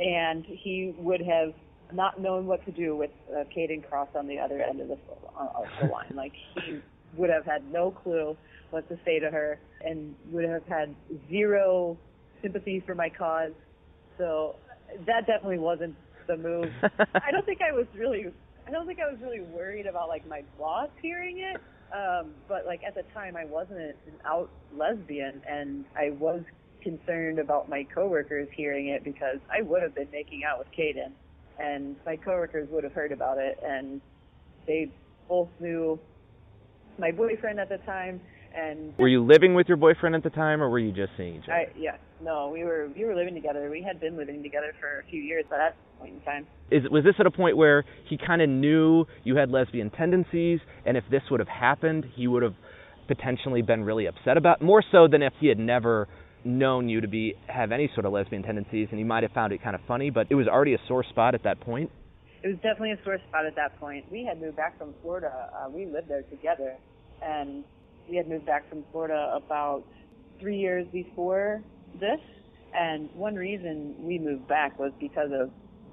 [SPEAKER 19] and he would have not known what to do with uh, Caden Cross on the other end of the, uh, of the line. Like he would have had no clue what to say to her, and would have had zero sympathy for my cause. So that definitely wasn't the move. I don't think I was really. I don't think I was really worried about like my boss hearing it. Um, but like at the time, I wasn't an out lesbian, and I was concerned about my coworkers hearing it because I would have been making out with Caden, and my coworkers would have heard about it, and they both knew my boyfriend at the time, and
[SPEAKER 17] Were you living with your boyfriend at the time or were you just seeing each other?
[SPEAKER 19] I yeah no we were we were living together we had been living together for a few years at that point in time.
[SPEAKER 17] Is, was this at a point where he kind of knew you had lesbian tendencies and if this would have happened, he would have potentially been really upset about more so than if he had never known you to be have any sort of lesbian tendencies and he might have found it kind of funny but it was already a sore spot at that point
[SPEAKER 19] It was definitely a sore spot at that point. We had moved back from Florida. Uh, we lived there together, and we had moved back from Florida about three years before this. And one reason we moved back was because of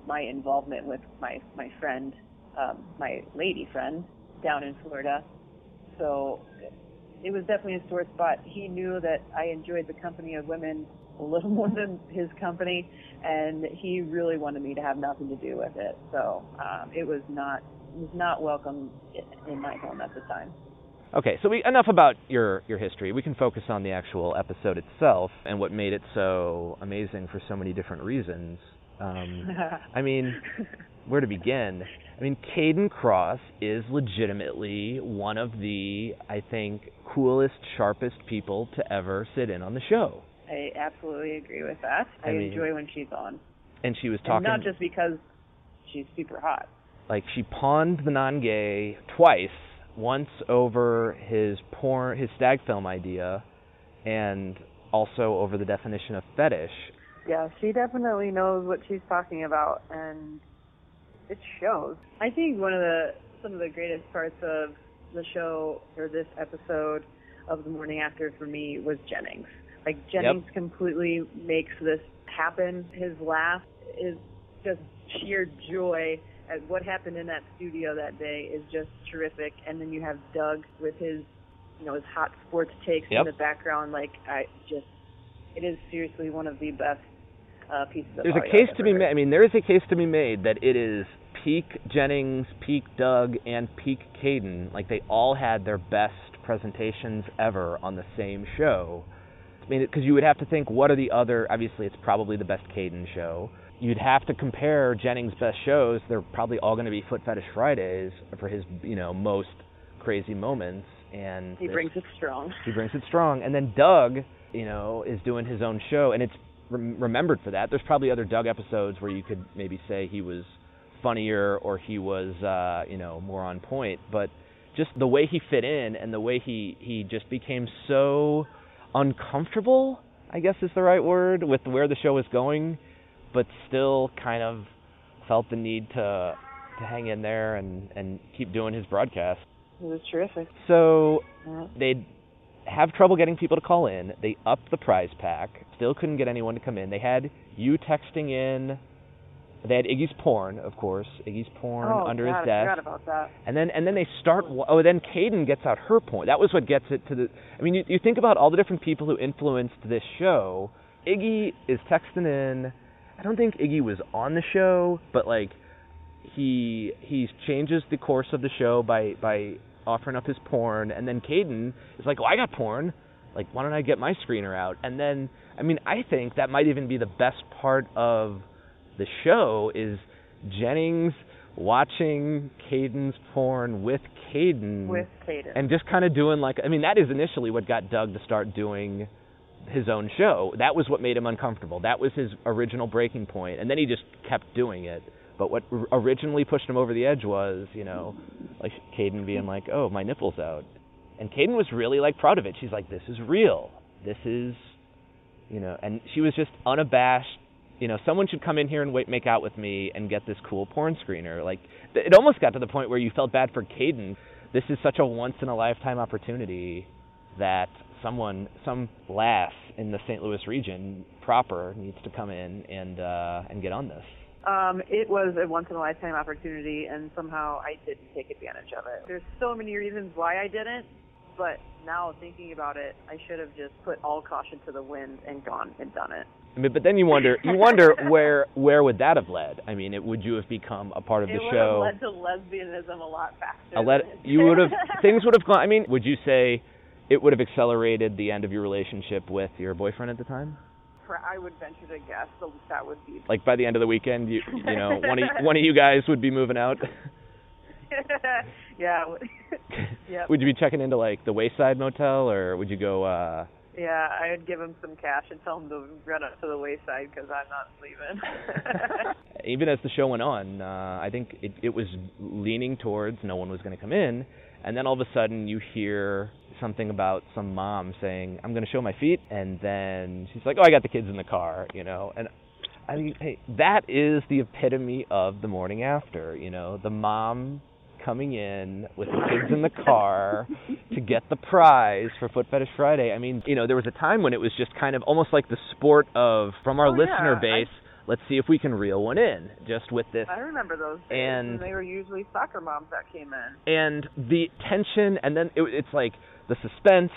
[SPEAKER 19] my involvement with my my friend, um, my lady friend down in Florida. So it was definitely a sore spot. He knew that I enjoyed the company of women a little [laughs] more than his company, and he really wanted me to have nothing to do with it. So um, it was not it was not welcome i- in my home at the
[SPEAKER 17] [laughs]
[SPEAKER 19] time.
[SPEAKER 17] Okay, so we, enough about your, your history. We can focus on the actual episode itself and what made it so amazing for so many different reasons.
[SPEAKER 19] [laughs]
[SPEAKER 17] Um, I mean, where to begin? I mean, Caden Cross is legitimately one of the, I think, coolest, sharpest people to ever sit in on the show.
[SPEAKER 19] I absolutely agree with that. I,
[SPEAKER 17] I mean-
[SPEAKER 19] enjoy when she's on.
[SPEAKER 17] And she was
[SPEAKER 19] And
[SPEAKER 17] talking
[SPEAKER 19] not just because she's super hot.
[SPEAKER 17] like she pawned the non-gay twice. Once over his porn, his stag film idea, and also over the definition of fetish.
[SPEAKER 19] Yeah, she definitely knows what she's talking about, and it shows. I think one of the some of the greatest parts of the show or this episode of the morning after for me was Jennings. Like Jennings completely makes this happen. His laugh is just sheer joy at what happened in that studio that day is just terrific. And then you have Doug with his you know his hot sports takes
[SPEAKER 17] Yep.
[SPEAKER 19] in the background. Like I just it is seriously one of the best uh, pieces of
[SPEAKER 17] There's a
[SPEAKER 19] audio
[SPEAKER 17] case
[SPEAKER 19] I've
[SPEAKER 17] to
[SPEAKER 19] ever
[SPEAKER 17] be made. I mean, there is a case to be made that it is peak Jennings, peak Doug, and peak Caden. Like they all had their best presentations ever on the same show. I mean, because you would have to think, what are the other? Obviously, it's probably the best Caden show. You'd have to compare Jennings' best shows. They're probably all going to be Foot Fetish Fridays for his, you know, most crazy moments. And
[SPEAKER 19] He
[SPEAKER 17] this-
[SPEAKER 19] brings it strong.
[SPEAKER 17] he brings it strong. And then Doug, you know, is doing his own show, and it's rem- remembered for that. There's probably other Doug episodes where you could maybe say he was funnier or he was, uh, you know, more on point. But just the way he fit in and the way he he just became so uncomfortable, I guess is the right word, with where the show was going, but still kind of felt the need to to hang in there and and keep doing his broadcast.
[SPEAKER 19] It was terrific.
[SPEAKER 17] So
[SPEAKER 19] Yeah.
[SPEAKER 17] they'd have trouble getting people to call in. They upped the prize pack. Still couldn't get anyone to come in. They had you texting in. They had Iggy's porn, of course. Iggy's porn
[SPEAKER 19] oh,
[SPEAKER 17] under
[SPEAKER 19] God,
[SPEAKER 17] his
[SPEAKER 19] I
[SPEAKER 17] desk.
[SPEAKER 19] forgot about that.
[SPEAKER 17] And then and then they start. Oh, then Caden gets out her point. That was what gets it to the. I mean, you, you think about all the different people who influenced this show. Iggy is texting in. I don't think Iggy was on the show, but like he he changes the course of the show by by offering up his porn, and then Caden is like, "Oh, I got porn. Like, why don't I get my screener out?" And then, I mean, I think that might even be the best part of the show is Jennings watching Caden's porn with Caden
[SPEAKER 19] With Caden.
[SPEAKER 17] and just kind of doing like I mean that is initially what got Doug to start doing his own show. That was what made him uncomfortable. That was his original breaking point, and then he just kept doing it. But what r- originally pushed him over the edge was, you know, like Caden being like, "Oh, my nipples out," and Caden was really like proud of it. She's like, "This is real. This is, you know," and she was just unabashed. You know, someone should come in here and wait, make out with me and get this cool porn screener. Like, th- it almost got to the point where you felt bad for Caden. This is such a once in a lifetime opportunity that someone, some lass in the St. Louis region proper, needs to come in and uh, and get on this.
[SPEAKER 19] Um, it was a once in a lifetime opportunity, and somehow I didn't take advantage of it. There's so many reasons why I didn't, but now thinking about it, I should have just put all caution to the wind and gone and done it.
[SPEAKER 17] I mean, but then you wonder,
[SPEAKER 19] [laughs]
[SPEAKER 17] you wonder where where would that have led? I mean, it, would you have become a part of the
[SPEAKER 19] it would
[SPEAKER 17] show?
[SPEAKER 19] have led to lesbianism a lot faster.
[SPEAKER 17] I let you
[SPEAKER 19] [laughs]
[SPEAKER 17] would have things would have gone. I mean, would you say it would have accelerated the end of your relationship with your boyfriend at the time?
[SPEAKER 19] Pro- I would venture to guess that that would be. [laughs]
[SPEAKER 17] Like by the end of the weekend, you you know one of one of you guys would be moving out.
[SPEAKER 19] yeah. it would- [laughs] yep.
[SPEAKER 17] Would you be checking into like the Wayside Motel, or would you go? uh
[SPEAKER 19] Yeah, I would give him some cash and tell him to run up to the wayside because I'm not leaving.
[SPEAKER 17] Even as the show went on, uh, I think it, it was leaning towards no one was going to come in, and then all of a sudden you hear something about some mom saying, "I'm going to show my feet," and then she's like, "Oh, I got the kids in the car," you know, and I mean, hey, that is the epitome of the morning after, you know, the mom coming in with the kids in the
[SPEAKER 19] [laughs]
[SPEAKER 17] car to get the prize for Foot Fetish Friday. I mean, you know, there was a time when it was just kind of almost like the sport of from our
[SPEAKER 19] Oh, yeah,
[SPEAKER 17] listener
[SPEAKER 19] I-
[SPEAKER 17] base, let's see if we can reel one in just with this
[SPEAKER 19] I remember those days,
[SPEAKER 17] And-
[SPEAKER 19] and they were usually soccer moms that came in.
[SPEAKER 17] and the tension and then it, it's like the suspense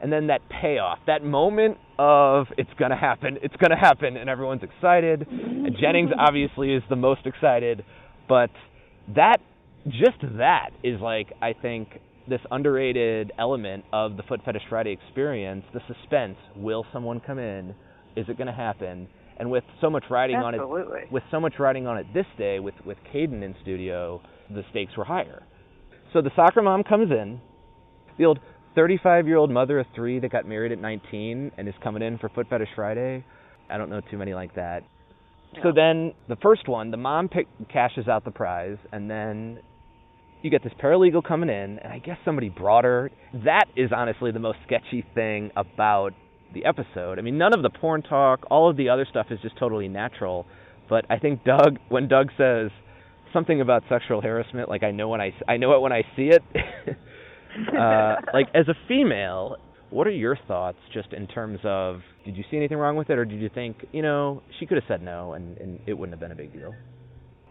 [SPEAKER 17] and then that payoff that moment of it's going to happen it's going to happen and everyone's excited and jennings obviously is the most excited but that just that is like i think this underrated element of the foot fetish friday experience the suspense will someone come in is it going to happen And with so much riding on
[SPEAKER 19] Absolutely.
[SPEAKER 17] it, with so much riding on it this day, with with Caden in studio, the stakes were higher. So the soccer mom comes in, the old 35 year old mother of three that got married at 19 and is coming in for Foot Fetish Friday. I don't know too many like that. So then the first one, the mom pick, cashes out the prize, and then you get this paralegal coming in, and I guess somebody brought her. That is honestly the most sketchy thing about the episode. I mean, none of the porn talk, all of the other stuff is just totally natural. But I think Doug, when Doug says something about sexual harassment, like I know when I, s- I know it when I see it. [laughs] uh, like as a female, what are your thoughts just in terms of did you see anything wrong with it, or did you think you know she could have said no and, and it wouldn't have been a big deal?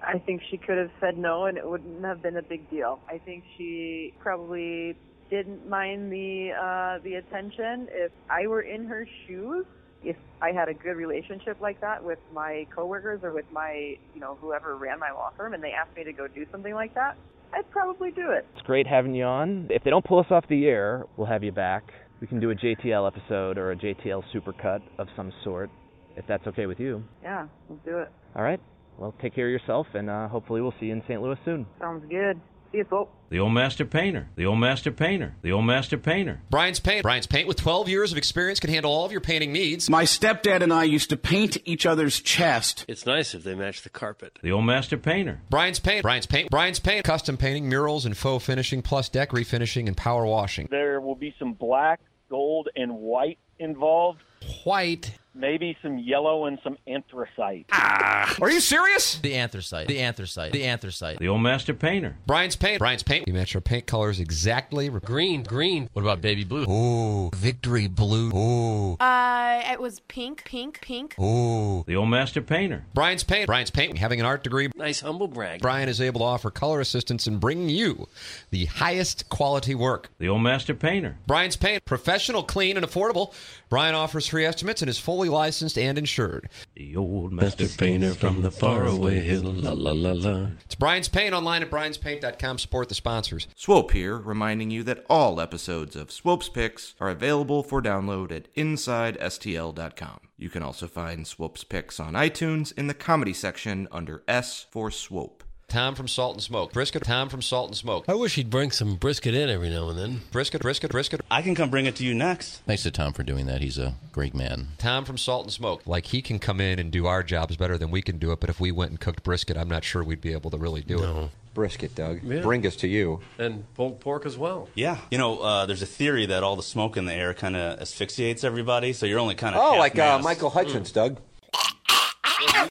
[SPEAKER 19] I think she could have said no and it wouldn't have been a big deal. I think she probably didn't mind the uh the attention. If I were in her shoes, if I had a good relationship like that with my coworkers or with my, you know, whoever ran my law firm and they asked me to go do something like that, I'd probably do it.
[SPEAKER 17] It's great having you on. If they don't pull us off the air, we'll have you back. We can do a JTL episode or a JTL supercut of some sort, if that's okay with you.
[SPEAKER 19] Yeah, we'll do it.
[SPEAKER 17] All right. Well, take care of yourself, and uh, hopefully we'll see you in St. Louis soon.
[SPEAKER 19] Sounds good. See you folks.
[SPEAKER 2] The old master painter. The old master painter. The old master painter.
[SPEAKER 20] Brian's Paint. Brian's Paint with 12 years of experience can handle all of your painting needs.
[SPEAKER 21] My stepdad and I used to paint each other's chest.
[SPEAKER 20] It's nice if they match the carpet.
[SPEAKER 2] The old master painter.
[SPEAKER 20] Brian's Paint. Brian's Paint. Brian's Paint.
[SPEAKER 7] Custom painting, murals, and faux finishing, plus deck refinishing and power washing.
[SPEAKER 22] There will be some black, gold, and white involved. White. Maybe some yellow and some anthracite. Ah.
[SPEAKER 20] Are you serious?
[SPEAKER 7] The anthracite. The anthracite. The anthracite.
[SPEAKER 2] The old master painter.
[SPEAKER 20] Brian's Paint. Brian's Paint.
[SPEAKER 7] You match your paint colors exactly. Green, green. What about baby blue? Ooh, victory blue. Ooh.
[SPEAKER 8] Uh, it was pink, pink, pink.
[SPEAKER 7] Ooh.
[SPEAKER 2] The old master painter.
[SPEAKER 7] Brian's Paint. Brian's Paint. Having an art degree. Nice humble brag. Brian is able to offer color assistance and bring you the highest quality work.
[SPEAKER 2] The old master painter.
[SPEAKER 7] Brian's Paint. Professional, clean, and affordable. Brian offers free estimates and is fully licensed and insured.
[SPEAKER 2] The old master painter from the faraway hill. La la la la.
[SPEAKER 7] It's Brian's Paint online at brianspaint.com. Support the sponsors.
[SPEAKER 5] Swope here, reminding you that all episodes of Swope's Picks are available for download at InsideSTL.com. You can also find Swope's Picks on iTunes in the comedy section under S for Swope.
[SPEAKER 7] Tom from Salt and Smoke. Brisket. Tom from Salt and Smoke.
[SPEAKER 23] I wish he'd bring some brisket in every now and then.
[SPEAKER 7] Brisket, brisket, brisket.
[SPEAKER 20] I can come bring it to you next.
[SPEAKER 24] Thanks to Tom for doing that. He's a great man.
[SPEAKER 7] Tom from Salt and Smoke. Like he can come in and do our jobs better than we can do it, but if we went and cooked brisket, I'm not sure we'd be able to really do it. Brisket, Doug.
[SPEAKER 24] Yeah.
[SPEAKER 7] Bring us to you.
[SPEAKER 23] And pulled pork as well.
[SPEAKER 2] Yeah.
[SPEAKER 24] You know, uh, there's a theory that all the smoke in the air kind of asphyxiates everybody, so you're only kind of.
[SPEAKER 25] Oh, like uh, Michael
[SPEAKER 24] Hmm.
[SPEAKER 25] Hutchins, Doug.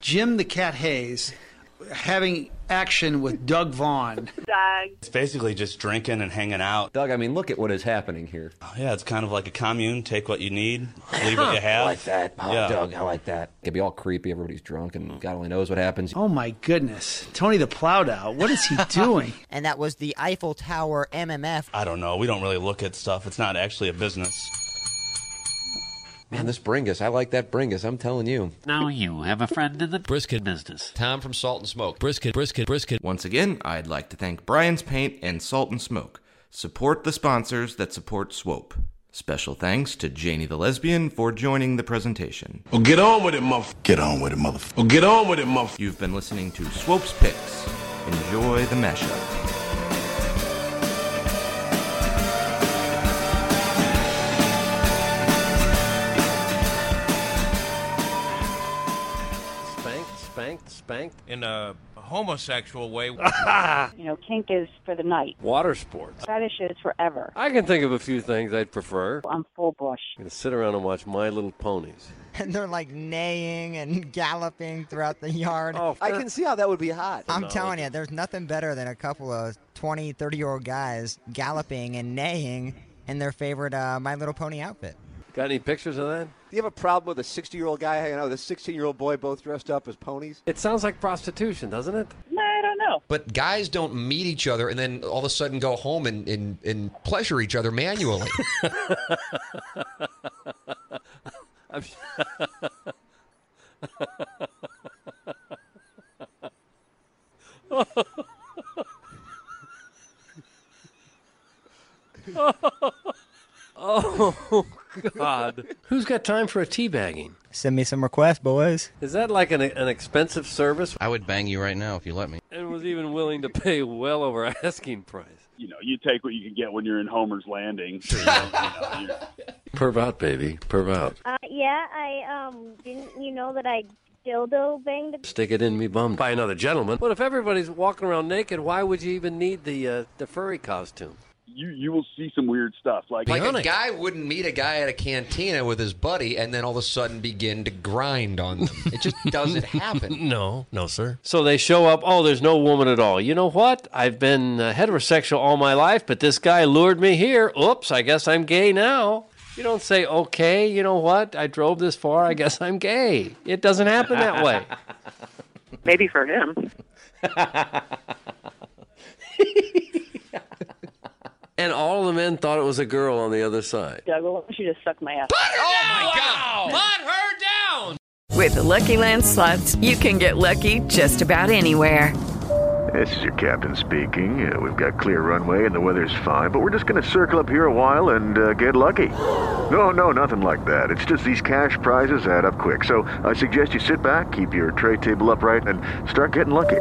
[SPEAKER 16] Jim the Cat Hayes having action with Doug Vaughn.
[SPEAKER 19] Doug.
[SPEAKER 24] It's basically just drinking and hanging out. Oh,
[SPEAKER 7] Doug, I mean, look at what is happening here.
[SPEAKER 24] Yeah, it's kind of like a commune. Take what you need, leave what you have.
[SPEAKER 25] I like that. Oh,
[SPEAKER 24] Yeah.
[SPEAKER 25] Doug, I like that. It could be all creepy. Everybody's drunk, and God only knows what happens.
[SPEAKER 16] Oh my goodness. Tony the Plowdow,
[SPEAKER 7] [laughs]
[SPEAKER 16] what is he doing?
[SPEAKER 26] And that was the Eiffel Tower MMF.
[SPEAKER 24] I don't know. We don't really look at stuff. It's not actually a business.
[SPEAKER 7] Man, this Bringus, I like that Bringus. I'm telling you.
[SPEAKER 20] Now you have a friend in the brisket business.
[SPEAKER 7] Tom from Salt and Smoke.
[SPEAKER 20] Brisket, brisket, brisket.
[SPEAKER 5] Once again, I'd like to thank Brian's Paint and Salt and Smoke. Support the sponsors that support Swope. Special thanks to Janie the Lesbian for joining the presentation.
[SPEAKER 21] Oh, get on with it, motherfucker. Get on with it, motherfucker. Oh, get on with it, motherfucker.
[SPEAKER 5] You've been listening to Swope's Picks. Enjoy the mashup.
[SPEAKER 4] Spanked, spanked, spanked.
[SPEAKER 27] in a homosexual way.
[SPEAKER 28] You know, kink is for the night.
[SPEAKER 4] Water sports.
[SPEAKER 28] Fetish is forever.
[SPEAKER 4] I can think of a few things I'd prefer.
[SPEAKER 28] I'm full bush.
[SPEAKER 4] I'm gonna sit around and watch My Little Ponies.
[SPEAKER 29] [laughs]
[SPEAKER 4] [laughs]
[SPEAKER 29] and they're like neighing and [laughs] galloping throughout the yard.
[SPEAKER 4] Oh,
[SPEAKER 29] I
[SPEAKER 4] can
[SPEAKER 29] can
[SPEAKER 4] see
[SPEAKER 29] see
[SPEAKER 7] how that would be hot.
[SPEAKER 29] I'm telling you, there's nothing better than a couple of 20, 30 year old guys galloping and neighing in their favorite uh, My Little Pony outfit.
[SPEAKER 4] Got any pictures of that?
[SPEAKER 30] Do you have a problem with a 60 year old guy hanging out with a 16 year old boy both dressed up as ponies?
[SPEAKER 4] It sounds like prostitution, doesn't it?
[SPEAKER 28] No, I don't know.
[SPEAKER 7] But guys don't meet each other and then all of a sudden go home and, and, and pleasure each other
[SPEAKER 4] [laughs]
[SPEAKER 7] manually.
[SPEAKER 4] I'm oh, God.
[SPEAKER 24] God. Who's got time for a teabagging?
[SPEAKER 29] Send me some requests, boys.
[SPEAKER 24] Is that like an, an expensive service?
[SPEAKER 31] I would bang you right now if you let me.
[SPEAKER 24] And was even willing to pay well over [laughs] asking price.
[SPEAKER 32] You know, you take what you can get when you're in Homer's Landing.
[SPEAKER 24] Perv out, baby. Perv out.
[SPEAKER 19] Uh, yeah, I um didn't you know that I dildo banged a
[SPEAKER 24] Stick it in [laughs] me bum by another gentleman. But if everybody's walking around naked, why would you even need the uh, the furry costume?
[SPEAKER 32] you you will see some weird stuff. Like
[SPEAKER 7] Like a guy wouldn't meet a guy at a cantina with his buddy and then all of a sudden begin to grind on them. It
[SPEAKER 4] [laughs]
[SPEAKER 7] just doesn't happen.
[SPEAKER 4] No, no, sir. So they show up. Oh, there's no woman at all. You know what? I've been uh, heterosexual all my life, but this guy lured me here. Oops, I guess I'm gay now. You don't say, okay, you know what? I drove this far. I guess I'm gay. It doesn't happen that
[SPEAKER 3] [laughs]
[SPEAKER 4] way.
[SPEAKER 33] Maybe for
[SPEAKER 4] [laughs]
[SPEAKER 33] him.
[SPEAKER 24] And all the men thought it was a girl on the other side.
[SPEAKER 33] Doug, why don't you just suck my ass?
[SPEAKER 34] With the Lucky Land slots, you can get lucky just about anywhere.
[SPEAKER 3] This is your captain speaking. Uh, we've got clear runway and the weather's fine, but we're just going to circle up here a while and uh, get lucky. No, no, nothing like that. It's just these cash prizes add up quick. So I suggest you sit back, keep your tray table upright, and start getting lucky.